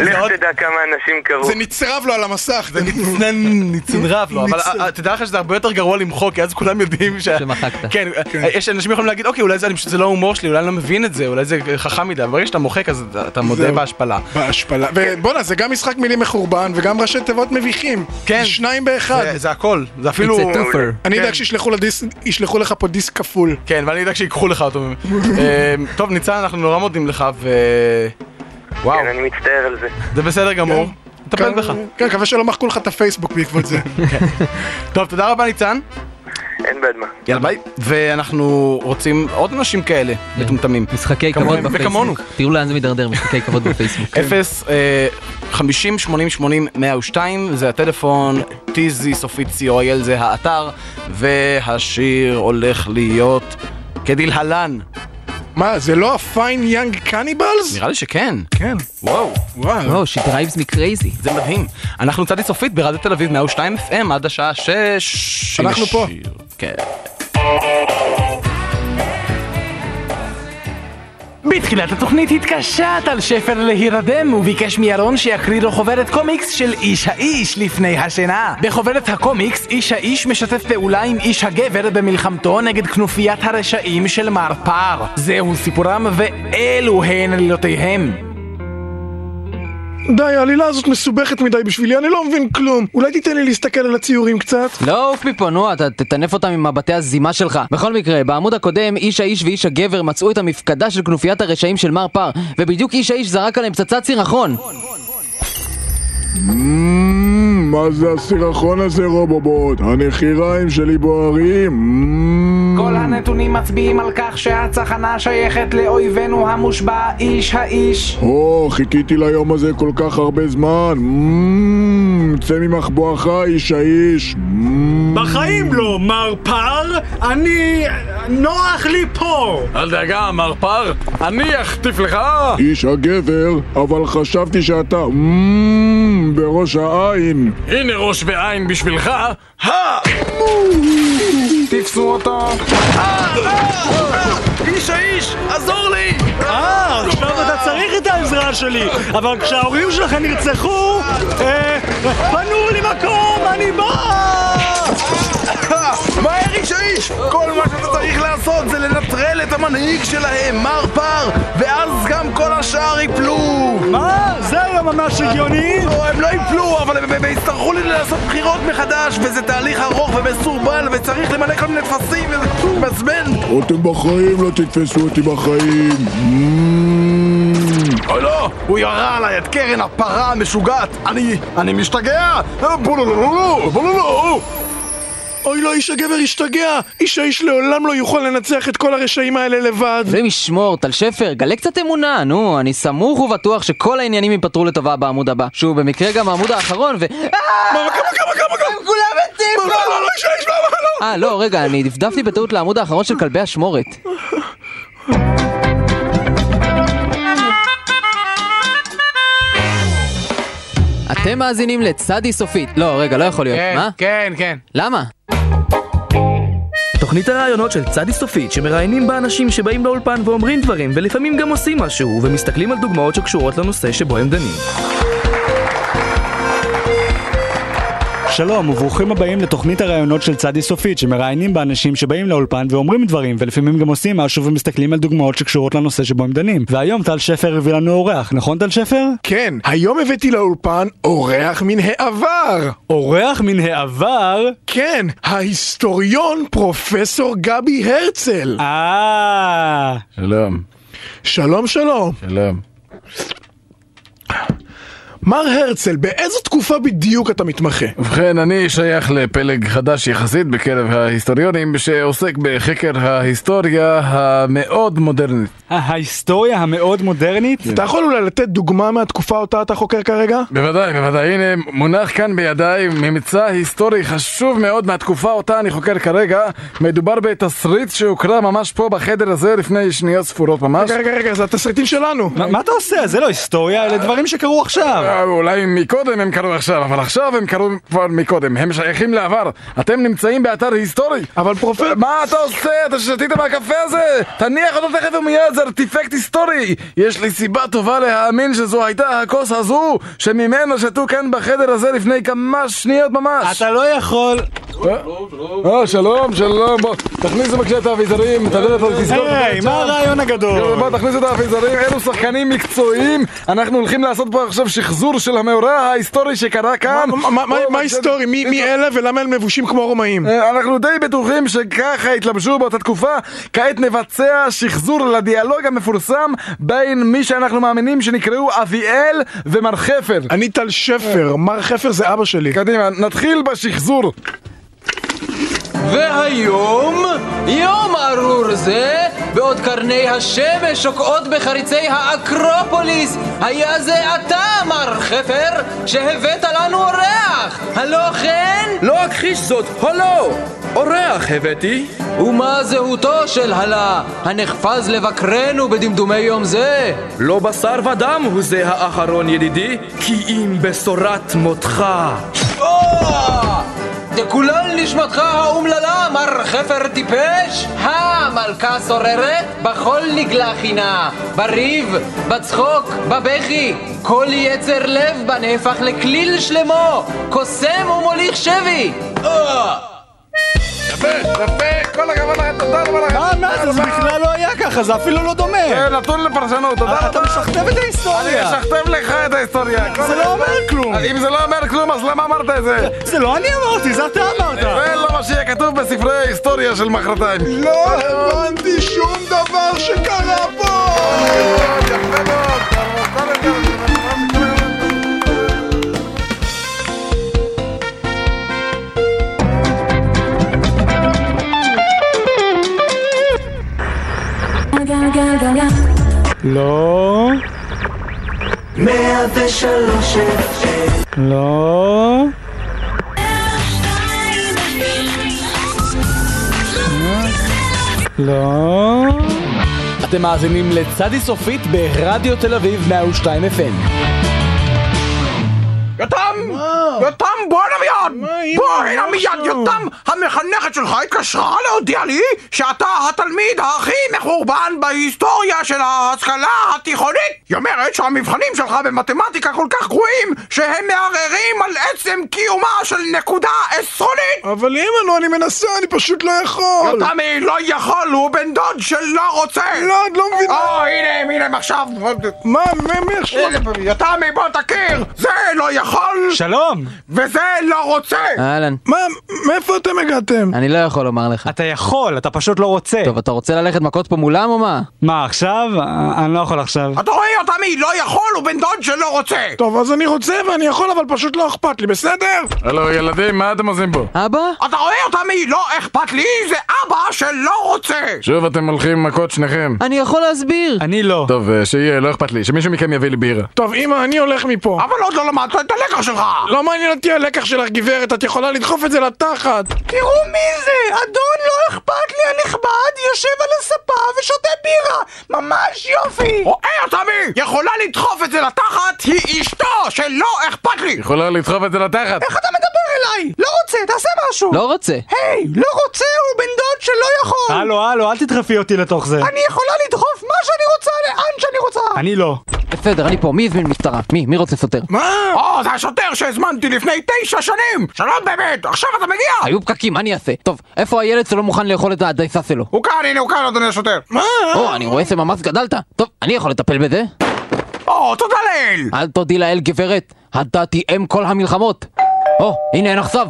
לך תדע כמה אנשים קראו. זה נצרב לו על המסך. זה ניצנן, ניצנרב לו, אבל ניצן. אה, תדע לך שזה הרבה יותר גרוע למחוק, כי אז כולם יודעים ש... שמחקת. כן, אה, יש אנשים יכולים להגיד, אוקיי, אולי זה אני פשוט- זה לא ההומור שלי, אולי אני לא מבין את זה, אולי זה חכם מדי, אבל ברגע שאתה מוחק אז אתה- אתה מודה זהו. בהשפלה. בהשפלה. ובואנה, זה גם משחק מילים מחורבן וגם ראשי תיבות מביכים. כן. שניים באחד. אה, זה- זה הכל, זה אפילו... It's a twofer. אני אדאג כן. שישלחו לדיס- ישלחו לך פה דיסק כפול. כן, ואני אדאג שיקחו לך אותו. אה, טוב, ניצן, אנחנו נורא מודים לך, ו... וואו, כן, אני מצטער על זה. זה בסדר גמור. נטפל בך. כן, מקווה שלא מחקו לך את הפייסבוק בעקבות זה. טוב, תודה רבה, ניצן. אין בעד מה. יאללה ביי. ואנחנו רוצים עוד אנשים כאלה, מטומטמים. משחקי כבוד כמוהם וכמונו. בפייסבוק. תראו לאן זה מידרדר, משחקי כבוד בפייסבוק. כן. 0 אה, 50 80 80 102 זה הטלפון, טיזי סופית co.il זה האתר, והשיר הולך להיות כדלהלן. מה, זה לא הפיין יאנג קניבלס? נראה לי שכן. כן. וואו. וואו, she drives me crazy. זה מדהים. אנחנו צדי סופית ברדיו תל אביב 102 FM עד השעה 6. אנחנו פה. כן. בתחילת התוכנית התקשה טל שפר להירדם וביקש מירון שיקריא לו חוברת קומיקס של איש האיש לפני השינה. בחוברת הקומיקס איש האיש משתף פעולה עם איש הגבר במלחמתו נגד כנופיית הרשעים של מר פר. זהו סיפורם ואלו הן עלילותיהם. די, העלילה הזאת מסובכת מדי בשבילי, אני לא מבין כלום. אולי תיתן לי להסתכל על הציורים קצת? לא עוף מפה, נו, אתה תטנף אותם עם מבטי הזימה שלך. בכל מקרה, בעמוד הקודם, איש האיש ואיש הגבר מצאו את המפקדה של כנופיית הרשעים של מר פר, ובדיוק איש האיש זרק עליהם פצצת סירחון. אמ, מה זה הסירחון הזה, רובובוט? הנחיריים שלי בוערים. אמ. כל הנתונים מצביעים על כך שהצחנה שייכת לאויבינו המושבע איש האיש. או, חיכיתי ליום הזה כל כך הרבה זמן. אמ, צא ממחבואך, איש האיש. בחיים לא, מר פר, אני... נוח לי פה! אל דאגה, מר פר, אני אחטיף לך! איש הגבר, אבל חשבתי שאתה אמ, בראש העין. הנה ראש ועין בשבילך! תפסו אותו! איש האיש, עזור לי! אה, עכשיו אתה צריך את העזרה שלי, אבל כשההורים שלך נרצחו, אה, פנו לי מקום, אני בא! מהר איש האיש! כל מה שאתה צריך לעשות זה לנטרל את המנהיג שלהם, מר פר, ואז גם כל השאר ייפלו! מה? זה לא ממש הגיוני! לא, הם לא ייפלו, אבל הם- הם יצטרכו לי לעשות בחירות מחדש, וזה תהליך ארוך ומסורבל, וצריך למלא כל מיני טפסים, וזה מזמן! אתם בחיים לא תתפסו אותי בחיים. Mm. אמ. או לא! הוא ירה עליי את קרן הפרה המשוגעת! אני... אני משתגע! בולולולו! בולולו! אוי לא, איש הגבר השתגע! איש האיש לעולם לא יוכל לנצח את כל הרשעים האלה לבד. אלוהים ישמור, טל שפר, גלה קצת אמונה, נו, אני סמוך ובטוח שכל העניינים ייפתרו לטובה בעמוד הבא, שהוא במקרה גם העמוד האחרון, ו... כולם הטיפו! לא, לא, לא, איש האיש, מה המחלות? אה, לא, רגע, אני דפדפתי בטעות לעמוד האחרון של כלבי אשמורת. אתם מאזינים לצדי סופית. לא, רגע, לא יכול להיות. כן, מה? כן, כן. למה? תוכנית הראיונות של צדי סופית, שמראיינים בה אנשים שבאים לאולפן ואומרים דברים, ולפעמים גם עושים משהו, ומסתכלים על דוגמאות שקשורות לנושא שבו הם דנים. שלום וברוכים הבאים לתוכנית הראיונות של צדי סופית שמראיינים באנשים שבאים לאולפן ואומרים דברים ולפעמים גם עושים משהו ומסתכלים על דוגמאות שקשורות לנושא שבו הם דנים והיום טל שפר הביא לנו אורח נכון טל שפר? כן, היום הבאתי לאולפן אורח מן העבר. אורח מן העבר? כן, ההיסטוריון פרופסור גבי הרצל. אה... שלום. שלום שלום. שלום. מר הרצל, באיזו תקופה בדיוק אתה מתמחה? ובכן, אני שייך לפלג חדש יחסית בקרב ההיסטוריונים שעוסק בחקר ההיסטוריה המאוד מודרנית. ההיסטוריה המאוד מודרנית? אתה יכול אולי לתת דוגמה מהתקופה אותה אתה חוקר כרגע? בוודאי, בוודאי. הנה, מונח כאן בידיי ממצא היסטורי חשוב מאוד מהתקופה אותה אני חוקר כרגע. מדובר בתסריט שהוקרא ממש פה בחדר הזה לפני שניות ספורות ממש. רגע, רגע, רגע, זה התסריטים שלנו. מה אתה עושה? זה לא היסטוריה, אלה דברים שקרו עכשיו. אולי מקודם הם קרו עכשיו, אבל עכשיו הם קרו כבר מקודם. הם שייכים לעבר. אתם נמצאים באתר היסטורי. אבל פרופסור... מה אתה עושה? אתה שתית מהקפה הזה? תניח אותו תכף ומיד, זה ארטיפקט היסטורי! יש לי סיבה טובה להאמין שזו הייתה הכוס הזו שממנה שתו כאן בחדר הזה לפני כמה שניות ממש. אתה לא יכול... אה, שלום, שלום, בוא, תכניסו בבקשה את האביזרים, את הדלת הזאת תסגור. היי, מה הרעיון הגדול? בוא, תכניסו את האביזרים, אלו שחקנים מקצועיים, אנחנו הולכים לעשות פה עכשיו שחזור של המאורע ההיסטורי שקרה כאן. מה- מה- מה- מה היסטורי? מי- מי אלה ולמה הם מבושים כמו רומאים? אה, אנחנו די בטוחים שככה התלבשו באותה תקופה. כעת נבצע שחזור לדיאלוג המפורסם בין מי שאנחנו מאמינים שנקראו אביאל ומר חפר. אני טל שפר, מר חפר זה אבא שלי. קדימה, נתחיל בשחזור. והיום, יום ארור זה, בעוד קרני השמש שוקעות בחריצי האקרופוליס, היה זה אתה, מר חפר, שהבאת לנו אורח! הלא כן? לא אכחיש זאת, הלו! אורח הבאתי. ומה זהותו של הלה, הנחפז לבקרנו בדמדומי יום זה? לא בשר ודם הוא זה האחרון ידידי, כי אם בשורת מותך. תקולל נשמתך האומללה, מר חפר טיפש! המלכה שוררת, בכל נגלה חינה, בריב, בצחוק, בבכי. כל יצר לב בה נהפך לכליל שלמו, קוסם ומוליך שבי! יפה, כל הכבוד לכם, תודה רבה לכם. אה, מה, מה, זה בכלל לא היה ככה, זה אפילו לא דומה. זה נתון לפרשנות, אה, תודה רבה. אתה משכתב את ההיסטוריה. אני משכתב לך את ההיסטוריה. זה לא אומר כלום. אם זה לא אומר כלום, אז למה אמרת את זה? זה לא אני אמרתי, זה אתה אמרת. אה. זה לא מה שיהיה כתוב בספרי ההיסטוריה של מחרתיים. לא הבנתי שום דבר שקרה פה! יפה מאוד, תודה רבה. לא. 103 לא. לא. אתם מאזינים לצדי סופית ברדיו תל אביב 102 FM. יותם! יותם, בוא הנה מיד! בוא הנה מיד, יותם! המחנכת שלך התקשרה להודיע לי שאתה התלמיד הכי מחורבן בהיסטוריה של ההשכלה התיכונית! היא אומרת שהמבחנים שלך במתמטיקה כל כך גרועים שהם מערערים על עצם קיומה של נקודה עשרונית! אבל אמא, נו, אני מנסה, אני פשוט לא יכול. יותם, לא יכול, הוא בן דוד שלא רוצה! לא, את לא מבינה. או, הנה הם, הנה הם עכשיו! מה, מי עכשיו? יותם, בוא תכיר! זה לא יכול! שלום! וזה לא רוצה! אהלן. מה, מאיפה אתם הגעתם? אני לא יכול לומר לך. אתה יכול, אתה פשוט לא רוצה. טוב, אתה רוצה ללכת מכות פה מולם או מה? מה, עכשיו? אה, אני לא יכול עכשיו. אתה רואה יותם, לא יכול, הוא בן דוד שלא רוצה! טוב, אז אני רוצה ואני יכול, אבל פשוט לא אכפת לי, בסדר? הלו, ילדים, מה אתם עושים פה? אבא? אתה רואה יותם, לא אכפת לי, זה אבא שלא רוצה! שוב אתם הולכים מכות שניכם. אני יכול להסביר. אני לא. טוב, אה, שיהיה, לא אכפת לי, שמישהו מכם יביא לי בירה. טוב, אמא, אני הולך מפה. אבל עוד לא למדת את הלקח שלך! לא מעניין אותי הלקח שלך, גברת, את יכולה לדחוף את זה לתחת. תראו מי זה! אדון לא אכפת לי הנכבד, יושב על הספה ושותה בירה! ממש יופי! רואה יותם, יכולה לדחוף את זה לתחת, היא אשתו שלא אכפת לי! יכולה לדחוף את זה לתחת. איך אתה מדבר אליי? לא רוצה, תעשה משהו! לא רוצה. היי, לא רוצה הוא בן דוד שלא יכול! הלו, הלו, אל תדחפי אותי לתוך זה. אני יכולה לדחוף מה שאני רוצה לאן שאני רוצה! אני לא. בסדר, אני פה, מי הזמין משטרה? מי? מי רוצה סותר? מה? או, זה השוטר שהזמנתי לפני תשע שנים! שלום באמת, עכשיו אתה מגיע! היו פקקים, מה אני אעשה? טוב, איפה הילד שלא מוכן לאכול את הדייסה שלו? הוא כאן, הנה הוא כאן, אדוני השוטר! מה? או, אני רואה שממש גדלת. טוב, אני יכול לטפל בזה? או, תודה לאל! אל תודי לאל גברת, הדת היא אם כל המלחמות. או, הנה הן עכשיו.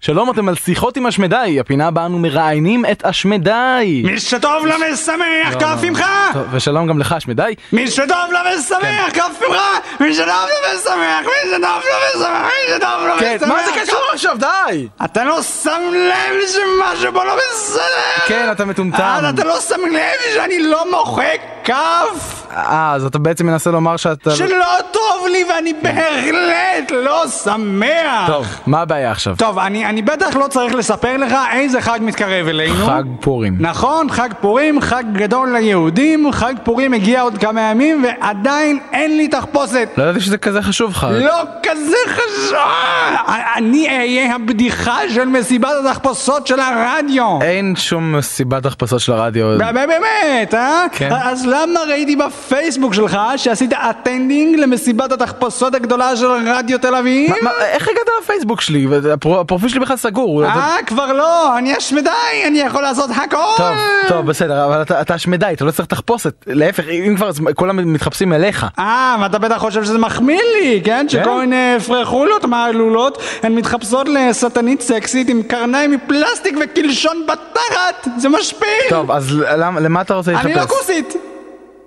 שלום, אתם על שיחות עם השמדי, הפינה בה אנו מראיינים את השמדי. מי שטוב למשמח, כף עמך! לא, טוב, ושלום גם לך, השמדי. מי שטוב למשמח, כן. כף עמך! מי שטוב למשמח, מי שטוב למשמח, מי שטוב כן, למשמח! מה זה קשור עכשיו? די! אתה לא שם לב שמשהו פה לא בסדר! כן, אתה מטומטם. אה, אתה לא שם לב שאני לא מוחק כף? אה, אז אתה לא- בעצם מנסה לומר שאתה... שלא טוב לי ואני בהחלט לא שמח! כן. טוב, מה הבעיה עכשיו? טוב, אני, אני בטח לא צריך לספר לך איזה חג מתקרב אלינו. חג פורים. נכון, חג פורים, חג גדול ליהודים, חג פורים הגיע עוד כמה ימים ועדיין אין לי תחפושת. לא ידעתי שזה כזה חשוב חג. לא כזה חשוב! אה, אני אהיה הבדיחה של מסיבת התחפושות של הרדיו! אין שום סיבת החפשות של הרדיו. ב- ב- באמת, אה? כן. אז למה ראיתי בפייסבוק שלך שעשית אטנדינג למסיבת התחפושות הגדולה של רדיו תל אביב? מה- מה- איך הגעת לפייסבוק שלי? והפרו- הפרופיל שלי בכלל סגור. אה, כבר לא, אני השמדי, אני יכול לעשות הכל! טוב, טוב, בסדר, אבל אתה- אתה שמדי, אתה לא צריך תחפושת. להפך, אם כבר, אז כולם מתחפשים אליך. אה, ואתה בטח חושב שזה מחמיא לי, כן? שכל מיני פרחולות מעלולות, הן מתחפשות לשטנית סקסית עם קרניים מפלסטיק וקלשון בתחת! זה משפיל! טוב, אז למ- למה אתה רוצה אני לא להתחפש? כוסית!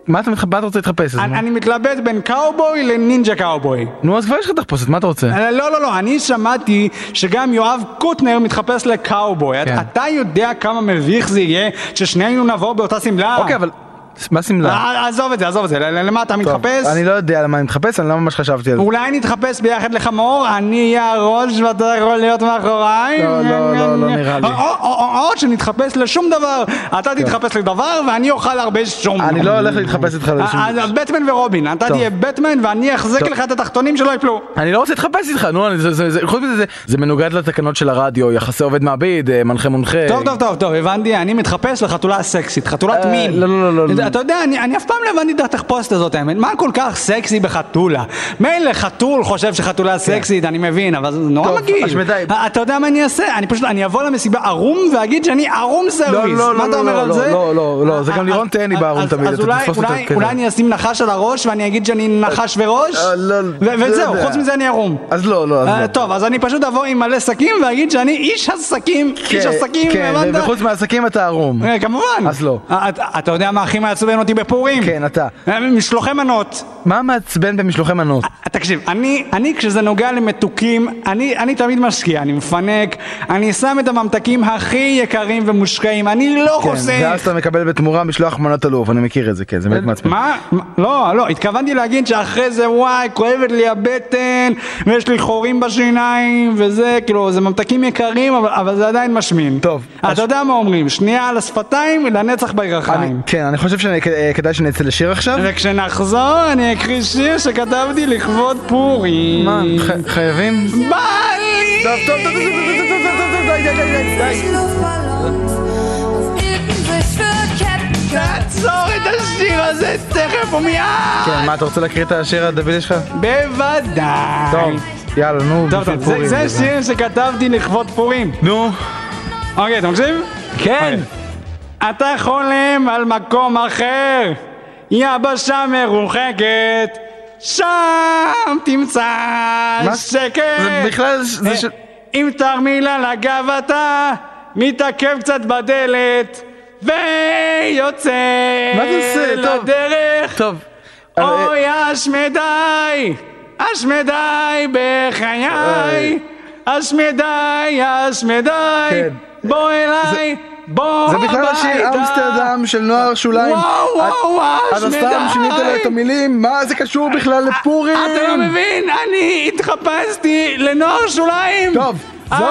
מה אתה מתח- מה אתה רוצה להתחפש? אז אני מה? אני מתלבט בין קאובוי לנינג'ה קאובוי. נו, אז כבר יש לך תחפושת, מה אתה רוצה? אה, לא, לא, לא, אני שמעתי שגם יואב קוטנר מתחפש לקאובוי. את- כן. אתה יודע כמה מביך זה יהיה ששנינו נבוא באותה שמלה? אוקיי, אבל מה שמלה? אה, עזוב את זה, עזוב את זה, ל- למה אתה מתחפש? אני לא יודע למה אני מתחפש, אני לא ממש חשבתי על זה. אולי נתחפש ביחד לחמור, אני אהיה הראש ואתה יכול להיות מאחוריי? לא, לא, לא, לא נראה לי. כן. או, או, או, או שנתחפש לשום דבר, אתה תתחפש לדבר ואני אוכל הרבה שום. אני לא הולך להתחפש איתך לשום אה, אה, בטמן ורבין, אתה טוב. תהיה בטמן ואני אחזק טוב. לך את התחתונים שלא יפלו. אני לא רוצה להתחפש איתך, נו, אני- זה- זה- זה- חוץ מזה, זה- זה מנוגד לתקנות של הרדיו, יחסי עובד מעביד, אה, מנחה מונחה. טוב, טוב, טוב, טוב, הבנתי, אני מתחפש לחתולה סקסית, חתולת אה, מין. לא, לא, לא, לא. אתה יודע, אני אני אף פעם לא הבנתי את התחפושת הזאת, האמת. מה כל כך סקסי בחתולה? מילא חתול חושב כן. שחתולה סקסית, אני מבין, אבל זה נורא מגעיל. אה, אתה יודע מה אני אעשה? אני פשוט, אני אבוא למסיבה ערום ואגיד שאני ערום סרוויס. לא, לא, מה לא, אתה אומר לא, על לא, זה? אה, לא, לא, לא, זה גם לירון תהני בערום תמיד, אז אתה אולי- תתפוס אותו כן. אולי- כזה. אולי אני אשים נחש על הראש ואני אגיד שאני נחש וראש? ו- וזהו, אה, לא, יודע. חוץ מזה אני ערום. אז לא, לא, אז אה, לא. טוב, אז אני פשוט אבוא עם מלא שקים ואגיד שאני איש עסקים, איש כן, עסקים, כן, הבנת? וחוץ מהעסקים אתה ערום. אה, כמובן. אז לא. אה, אתה- אתה יודע מה הכי מעצבן אותי בפורים? כן, אתה. משלוחי מנות. אה, מה מעצבן במשלוחי מנות? תקשיב, אני, אני כשזה נוגע למתוקים, אני, אני תמיד משקיע, אני מפנק, אני שם את הממתקים הכי יקרים ומושקעים, אני לא כן, ואז חוסך. אתה מקבל בתמורה משלוח מנות אלוף, אני מכיר את זה, כן, זה אה, באמת מעצבן. מה? מה? לא, לא, התכוונתי להגיד שאחרי זה וואי, כואבת לי הבטן, ויש לי חורים בשיניים, וזה, כאילו, זה ממתקים יקרים, אבל, אבל זה עדיין משמין. טוב. אתה יודע מה אומרים, שנייה על השפתיים, לנצח בירכיים. כן, אני חושב שכדאי שנצא לשיר אה, עכשיו. וכשנחזור אני אקריא שיר שכתבתי לכבוד פורים. מה, אה, חייבים? בא לי! טוב, טוב, טוב, תעצור את השיר הזה תכף ומיד! כן, מה, אתה רוצה להקריא את השיר הדבילי שלך? כן. בוודאי! טוב, יאללה, נו, טוב, בשביל טוב, זה- פורים. זה שיר שכתבתי לכבוד פורים. נו. אוקיי, אתה מקשיב? כן. אתה חולם על מקום אחר, יבשה מרוחקת, שם תמצא שקט. זה בכלל- זה אה, ש- אם תרמיל על הגב אתה, מתעכב קצת בדלת, ויוצא מה אתה עושה? טוב. לדרך. טוב. אה, אוי, השמדי, השמדי בחיי, השמדי, השמדי, כן. בוא אליי, בוא זה הביתה. בכלל השיר אמסטרדם של נוער שוליים. וואו, וואו, וואו, אתה שמדי. סתם שינית לו את המילים? מה זה קשור בכלל לפורים? אתה לא מבין, אני התחפשתי לנוער שוליים. טוב, זו-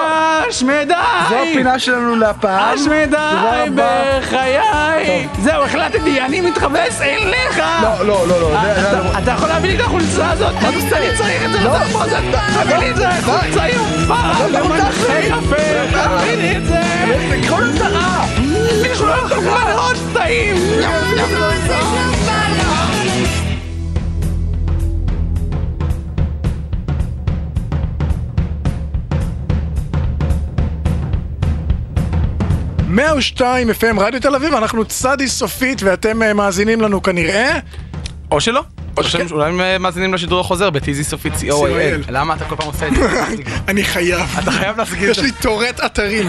השמדי. זו הפינה שלנו להפעם. תודה השמדי רבה. בחיי. טוב. זהו, החלטתי, אני מתחפש אליך. לא, לא, לא, לא. זה- אתה- זה- אתה יכול להביא לי את החולצה הזאת? מה אתה עושה? אני צריך את זה לא. לזה, תביא לי את זה, די. חולצה יפה. לא, לא, ומנחה יפה, תביא לי את זה. קחו לו את הרע. יש לו חולצות טעים. FM. 102 FM רדיו תל אביב, אנחנו צדי סופית ואתם אה, מאזינים לנו כנראה. או שלא. או כן. שהם- אולי הם אה, מאזינים לשידור החוזר בטיזי סופי co.il. co.il. למה אתה כל פעם עושה את זה? אני חייב. אתה חייב להסגיר את יש זה. לי טורט אתרים.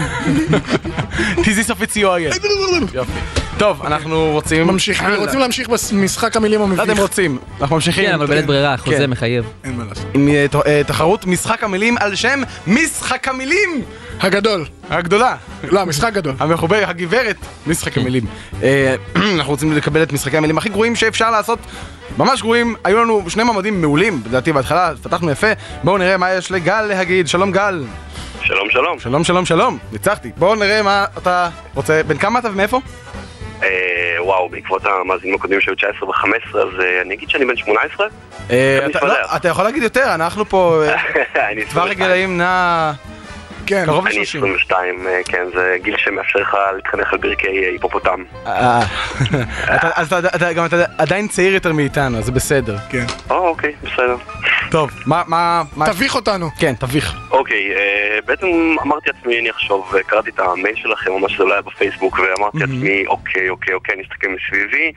טיזי סופי co.il. יופי. טוב, אנחנו רוצים... לא- אה, ממשיכים, רוצים להמשיך במשחק המילים המביך. לא, אתם רוצים. אנחנו ממשיכים. כן, אבל בלית ברירה, החוזה מחייב. אין מה לעשות. עם אה, ת- אה, תחרות משחק המילים על שם משחק המילים! הגדול. הגדולה. לא, המשחק גדול. המחובר, הגברת, משחק המילים. אה, אנחנו רוצים לקבל את משחקי המילים הכי גרועים שאפשר לעשות. ממש גרועים, היו לנו שני מעמדים מעולים, לדעתי בהתחלה, פתחנו יפה. בואו נראה מה יש לגל להגיד. שלום גל. שלום, שלום. שלום, שלום, שלום. ניצחתי. בואו נראה מה אתה רוצה, בן כמה אתה ומאיפה? אה, וואו, בעקבות המאזינים הקודמים שהיו 19 ו-15, אז אה, אני אגיד שאני בן 18? אה, אני אתה- לא, מתפלח. אתה יכול להגיד יותר, אנחנו פה... אה, אני טווח רגליים נע... כן. קרוב אני ל-30. 22, אה, כן, זה גיל שמאפשר לך להתחנך על ברכי אה, היפופוטם. אה, אתה- אז אתה- אתה גם אתה עדיין צעיר יותר מאיתנו, אז זה בסדר. כן. או, אוקיי, בסדר. טוב, מה- מה... אה, מה- תביך אותנו. כן, תביך. אוקיי, אה, בעצם אמרתי לעצמי, אני עכשיו אה, קראתי את המייל שלכם, או מה שזה לא היה בפייסבוק, ואמרתי Mhm. לעצמי, אוקיי, אוקיי, אוקיי, אני אסתכל מסביבי,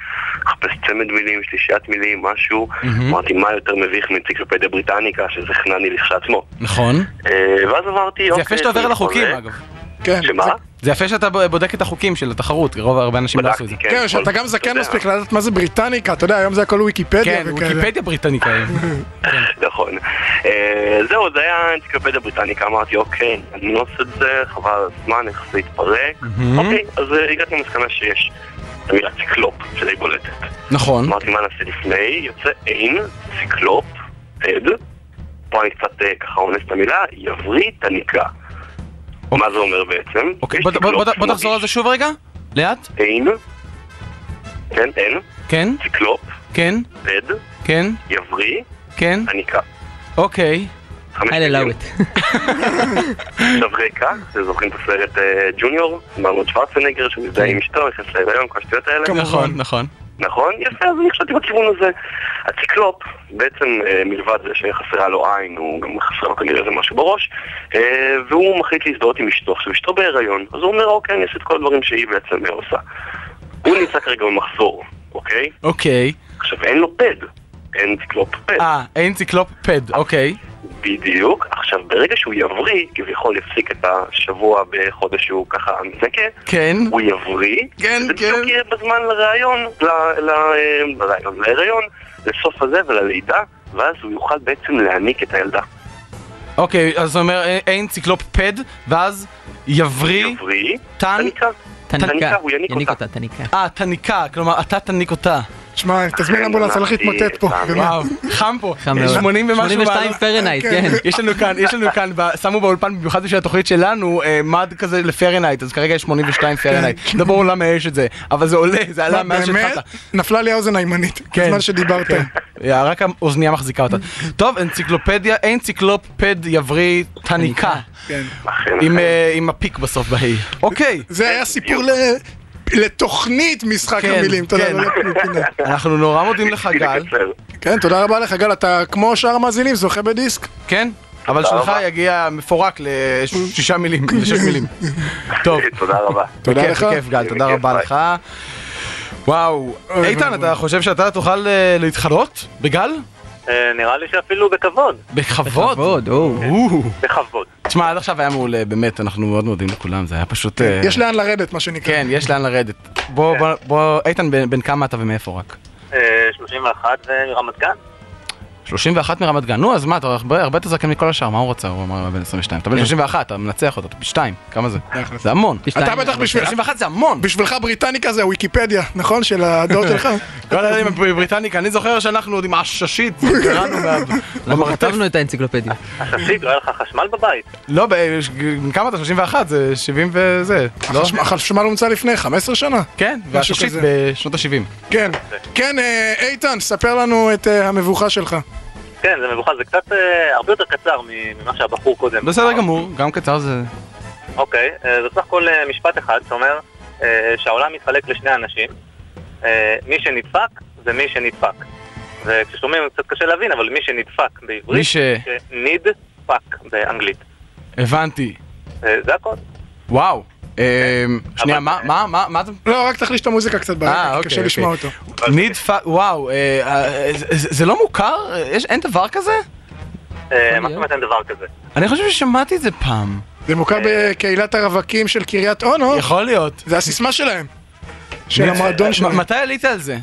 אחפש צמד מילים, שלישיית מילים, משהו. Mhm. אמרתי, מה יותר מביך מאנציקלופדיה בריטניקה, שזה חנני לכשעצמו. נכון. אה, ואז אמרתי, זה אוקיי... יפה שאתה עובר על החוקים, אגב. כן. שמה? זה יפה שאתה בודק את החוקים של התחרות, רוב הרבה אנשים לא עשו את זה. כן, שאתה גם זקן מספיק לדעת מה זה בריטניקה, אתה יודע, היום זה הכל ויקיפדיה כן, וכאלה. ויקיפדיה בריטניקה. נכון. אה, זהו, זה היה אנציקלופדיה בריטניקה, אמרתי, אוקיי, אני לא עושה את זה, חבל על הזמן, איך זה יתפרק. Mhm. אוקיי, אז אה, הגעתי למסקנה שיש. המילה ציקלופ, שדי בולטת. נכון. אמרתי מה נעשה לפני, יוצא אין, ציקלופ, עד, פה אני קצת אה, ככה אונס את המילה, יברית הנקרא. מה זה אומר בעצם? אוקיי, יש בוא- בוא- ציקלופ בוא- בוא שמרגיש תחזור על זה שוב רגע. לאט. אין, כן, אין, כן, ציקלופ, כן, עד, כן, יבריא, כן. הנקרא. אוקיי. אלה לאווט. עכשיו רקע, אתם זוכרים את הסרט אה, ג'וניור, מרנות שוורצנגר, שהוא מזדהה עם אשתו, נכנס להיריון, כל השטויות האלה. נכון, נכון. נכון, יפה, אז אני חשבתי בכיוון הזה. הציקלופ, בעצם אה, מלבד זה שחסרה לו עין, הוא גם חסר לו כנראה איזה משהו בראש, אה, והוא מחליט להזדהות עם אשתו. עכשיו, אשתו בהיריון, אז הוא אומר, אוקיי, אני אעשה את כל הדברים שהיא בעצם אה, עושה. הוא נמצא כרגע במחזור, אוקיי? אוקיי. עכשיו, אין לו פד, אין ציקלופ פד. אה, אנציקלופד, אוקיי. בדיוק. עכשיו, ברגע שהוא יבריא, כביכול יפסיק את השבוע בחודש שהוא ככה מזכה, כן. הוא יבריא, כן, זה בדיוק יהיה בזמן לראיון, ל- ל- אה, לראיון, להיריון, לסוף הזה וללידה, ואז הוא יוכל בעצם להניק את הילדה. אוקיי, אז זה אומר אנציקלופד, ואז יבריא. יבריא. תן. תניקה, הוא יניק אותה. תניקה. אה, תניקה, כלומר, אתה תניק אותה. שמע, תזמין אמבולנס, הולך להתמוטט פה. וואו, חם פה. חם מאוד. 80 אה, ומשהו. 82 מעלות. פרנייט, כן. יש לנו כאן, יש לנו כאן, ב- שמו באולפן במיוחד בשביל התוכנית שלנו, אה, מד כזה לפרנייט, אז כרגע יש 82 כן, פרנייט. לא ברור למה יש את זה, אבל זה עולה, זה עלה מאז באמת, שהתחלת. נפלה לי האוזן הימנית, כן, בזמן שדיברת. יא, אה, רק האוזנייה מחזיקה אותה. טוב, אנציקלופדיה, אנציקלופד יבריא תניקה. כן. עם, אה, עם הפיק בסוף בהיא. אוקיי. זה היה סיפור ל- לתוכנית משחק כן, המילים, תודה כן. לא לפינה. אנחנו נורא מודים לך, גל. כן, תודה רבה לך, גל, אתה כמו שאר המאזינים, זוכה בדיסק. כן, אבל תודה שלך רבה. יגיע מפורק לשישה מילים, לשש מילים. טוב. תודה רבה. תודה בכיף, לך. בכיף, גל, תודה רבה לך. וואו, איתן, אתה חושב שאתה תוכל אה, להתחרות בגל? אה, נראה לי שאפילו בכבוד. בכבוד. בכבוד, בכבוד. תשמע, עד עכשיו היה מעולה, באמת, אנחנו מאוד מודים לכולם, זה היה פשוט... אה, יש לאן לרדת, מה שנקרא. כן, יש לאן לרדת. בוא, בוא, בוא, איתן, בן בן כמה אתה ומאיפה רק? אה, 31 ומרמת גן? 31 מרמת גן, נו, אז מה, אתה הרבה הרבה יותר זקן מכל השאר, מה הוא רצה? הוא אמר, בן 22. אתה בן כן. 31, אתה מנצח אותו, אתה פי 2, כמה זה? זה המון. אתה בטח בשביל... 31 זה המון. בשבילך בריטניקה זה הוויקיפדיה, נכון? של הדור שלך? כל הילדים בבריטניקה, אני זוכר שאנחנו עוד עם עששית, קראנו מה- אנחנו כתבנו את האנציקלופדיה. החסיד, לא היה לך חשמל בבית? לא, ב- יש- כמה אתה? 31, זה 70 וזה. לא? החשמ- החשמל הומצא לפני 15 שנה. כן, משהו והששית כזה. בשנות ה-70. כן, כן, אה, איתן, ספר לנו את אה, המבוכה שלך. כן, זה מבוכה, זה קצת אה, הרבה יותר קצר ממה שהבחור קודם. בסדר גמור, גם קצר זה... אוקיי, אה, זה בסך הכל אה, משפט אחד שאומר אה, שהעולם מתחלק לשני אנשים. אה, מי שנדפק זה מי שנדפק. וכששומעים זה קצת קשה להבין, אבל מי שנדפק בעברית, מי ש- נדפק באנגלית. הבנתי. אה, זה הכל. וואו. אמ, שנייה, מה, מה, מה, מה אתה... לא, רק תחליש את המוזיקה קצת אה, בעיה, כי אוקיי, קשה לשמוע אוקיי. אותו. נדפק, וואו, אה, אה, זה- זה זה לא מוכר? יש- אין דבר כזה? אה, מה זאת אומרת אין דבר כזה? אני חושב ששמעתי את זה פעם. זה מוכר בקהילת הרווקים של קריית אונו. יכול להיות. זה הסיסמה שלהם. של אה, המועדון אה, שלהם. מ- מתי עלית על זה?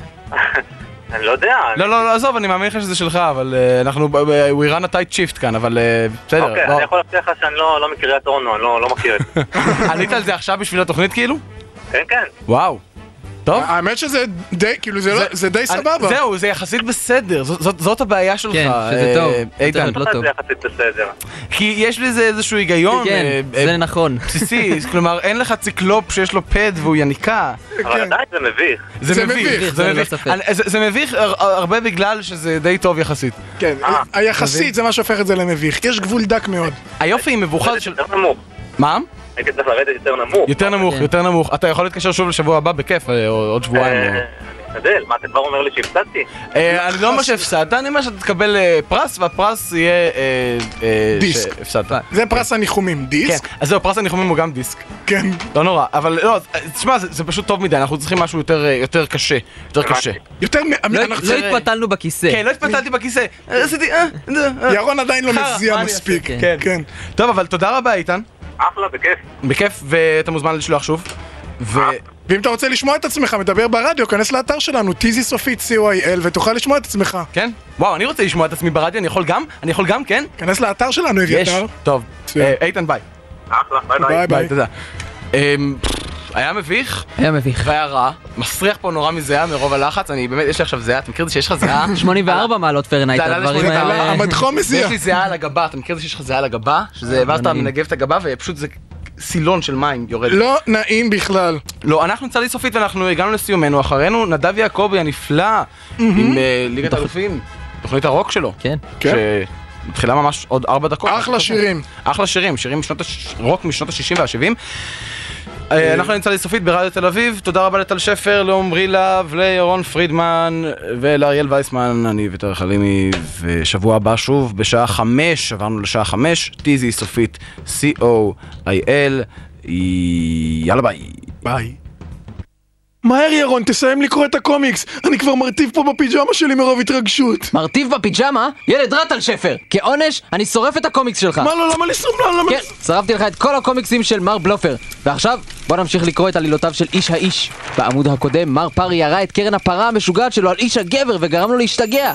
אני לא יודע. לא, לא, לא, עזוב, אני מאמין לך שזה שלך, אבל אה, אנחנו, ב- ב- we run a tight shift כאן, אבל אה, בסדר. אוקיי, בוא. אני יכול להבטיח לך שאני לא לא מקריית אונו, אני לא לא מכיר את זה. עלית על זה עכשיו בשביל התוכנית כאילו? כן, כן. וואו. טוב. האמת שזה די, כאילו זה לא, זה די סבבה. זהו, זה יחסית בסדר, זאת- זאת- זאת הבעיה שלך. כן, שזה אה, טוב. לא איתן. זה יחסית בסדר. כי יש לזה איזשהו היגיון. כן, זה נכון. בסיסי, כלומר אין לך ציקלופ שיש לו פד והוא יניקה. אבל עדיין זה מביך. זה מביך, זה מביך. אני- זה- זה מביך הר- הרבה בגלל שזה די טוב יחסית. כן, מבין? היחסית זה מה שהופך את זה למביך, כי יש גבול דק מאוד. היופי עם מבוכה של... יותר נמוך. מה? הייתי צריך לרדת יותר נמוך. אוקיי. יותר נמוך, יותר נמוך. אתה יכול להתקשר שוב לשבוע הבא בכיף, אה, או- עוד שבועיים. אה, אה. אני משתדל, מה אתה כבר אומר לי שהפסדתי? אה, אני לא אומר שהפסדת, אני אומר שאתה תקבל אה, פרס, והפרס יהיה... אה, אה, דיסק. שהפסדת. זה פרס הניחומים, דיסק. כן, אז זהו, פרס הניחומים הוא גם דיסק. כן. לא נורא, אבל לא, תשמע, זה, זה פשוט טוב מדי, אנחנו צריכים משהו יותר, אה, יותר קשה. יותר קשה. יותר מ... לא- אנחנו- לא התפתלנו בכיסא. כן, לא התפתלתי בכיסא. עשיתי... אה, אה, אה. ירון עדיין לא חרא, מזיע מה אני מספיק. אעשה? כן. כן. טוב, אבל תודה רבה, איתן. אחלה, בכיף. בכיף, ואתה מוזמן לשלוח שוב. ו... ואם אתה רוצה לשמוע את עצמך מדבר ברדיו, כנס לאתר שלנו, tizy סופית co.il, ותוכל לשמוע את עצמך. כן? וואו, אני רוצה לשמוע את עצמי ברדיו, אני יכול גם? אני יכול גם, כן? כנס לאתר שלנו, אביתר. יש, טוב. אה, איתן, ביי. אחלה, ביי ביי, ביי. תודה. אמ, פפפ, היה מביך. היה מביך. והיה רע. מסריח פה נורא מזיעה מרוב הלחץ. אני באמת, יש לי עכשיו זיעה. אתה מכיר את זה שיש לך זיעה? 84 מעלות פרנייט, זה עלה הדברים ל- 84. האלה. יש לי זיעה על הגבה. אתה מכיר את זה שיש לך זיעה על הגבה? שזה, ואז אתה נעים. מנגב את הגבה ופשוט זה סילון של מים יורד. לא נעים בכלל. לא, אנחנו צדי סופית ואנחנו הגענו לסיומנו. אחרינו נדב יעקבי הנפלא עם אה, ליגת האלופים. תוכנית הרוק שלו. כן. כן. מתחילה ממש עוד ארבע דקות. אחלה שירים. אחלה שירים, שירים משנות הש... רוק משנות ה-60 וה-70. אה, אנחנו נמצא לסופית ברדיו תל אביב, תודה רבה לטל שפר, לעומרי להב, לירון פרידמן ולאריאל וייסמן, אני ותר חלימי, ושבוע הבא שוב בשעה חמש, עברנו לשעה חמש, טיזי סופית, co.il, יאללה ביי. ביי. מהר ירון, תסיים לקרוא את הקומיקס, אני כבר מרטיב פה בפיג'מה שלי מרוב התרגשות. מרטיב בפיג'מה? ילד רטל שפר! כעונש, אני שורף את הקומיקס שלך! מה לא, למה לסום? לא, למה כן, שרפתי לך את כל הקומיקסים של מר בלופר. ועכשיו, בוא נמשיך לקרוא את עלילותיו של איש האיש. בעמוד הקודם, מר פרי ירה את קרן הפרה המשוגעת שלו על איש הגבר וגרם לו להשתגע.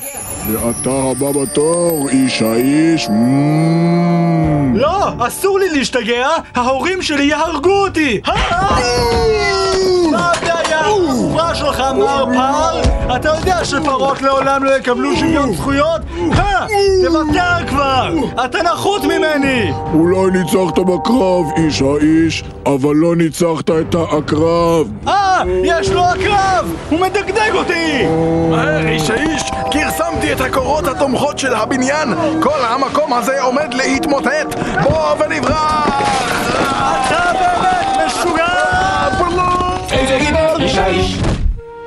ואתה הבא בתור, איש האיש, מ- לא, אסור לי להשתגע, ההורים שלי יהרגו אותי! מה הבעיה החברה שלך, מר פר? אתה יודע שפרות לעולם לא יקבלו שוויון זכויות? אה, תוותר כבר! אתה נחות ממני! אולי ניצחת בקרב, איש האיש, אבל לא ניצחת את העקרב. אה, יש לו הקרב! הוא מדגדג אותי! מהר, איש האיש, כרסמתי את הקורות התומכות של הבניין. כל המקום הזה עומד להתמוטט. בוא ונברח! אתה באמת משוגע!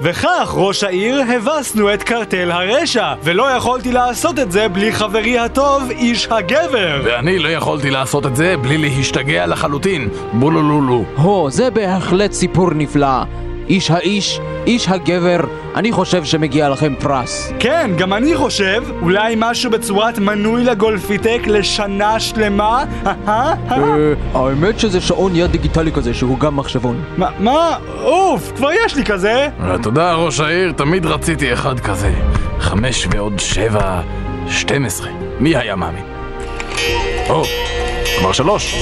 וכך, ראש העיר, הבסנו את קרטל הרשע, ולא יכולתי לעשות את זה בלי חברי הטוב, איש הגבר! ואני לא יכולתי לעשות את זה בלי להשתגע לחלוטין. בולולולו. הו, זה בהחלט סיפור נפלא. איש האיש, איש הגבר, אני חושב שמגיע לכם פרס. כן, גם אני חושב, אולי משהו בצורת מנוי לגולפיטק לשנה שלמה? אהה? אה, האמת שזה שעון יד דיגיטלי כזה שהוא גם מחשבון. מה? מה? אוף, כבר יש לי כזה! תודה, ראש העיר, תמיד רציתי אחד כזה. חמש ועוד שבע, שתים עשרה. מי היה מאמין? או, כבר שלוש.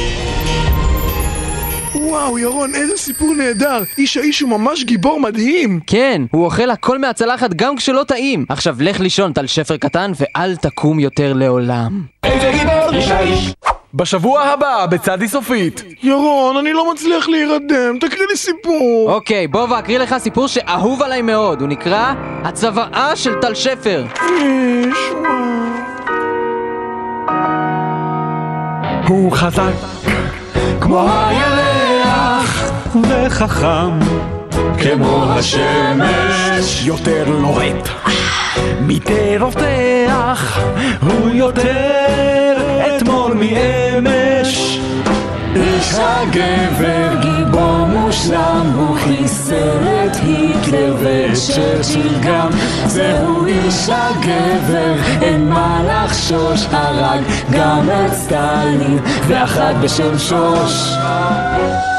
וואו, ירון, איזה סיפור נהדר. איש האיש הוא ממש גיבור מדהים. כן, הוא אוכל הכל מהצלחת גם כשלא טעים. עכשיו לך לישון, טל שפר קטן, ואל תקום יותר לעולם. בשבוע הבא, בצדי סופית. ירון, אני לא מצליח להירדם, תקריא לי סיפור. אוקיי, בוא ואקריא לך סיפור שאהוב עליי מאוד, הוא נקרא הצוואה של טל שפר. הוא חזק כמו הירח וחכם כמו השמש יותר לוהט מטרופח הוא יותר אתמול מאמש איש הגבר גיבור מושלם, הוא חיסל את היטלר ואת צ'רצ'יל גם. זהו איש הגבר, אין מה לחשוש, הרג גם את סטלין, ואחת בשם שוש.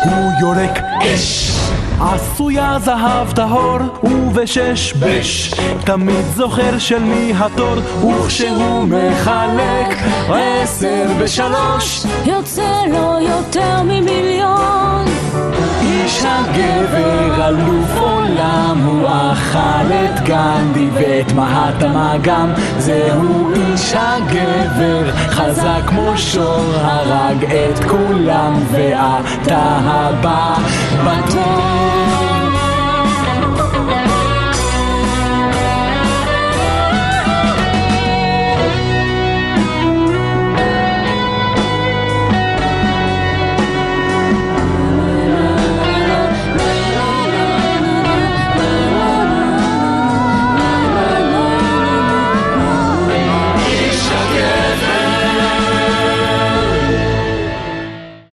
הוא יורק אש עשויה זהב טהור ובשש בש תמיד זוכר של מי התור וכשהוא מחלק עשר בשלוש, יוצא לו יותר ממיליון. איש הגבר, אלוף עולם, הוא אכל את גנדי ואת מהטמה גם. זהו איש הגבר, חזק כמו שור, הרג את כולם, ואתה הבא בתור.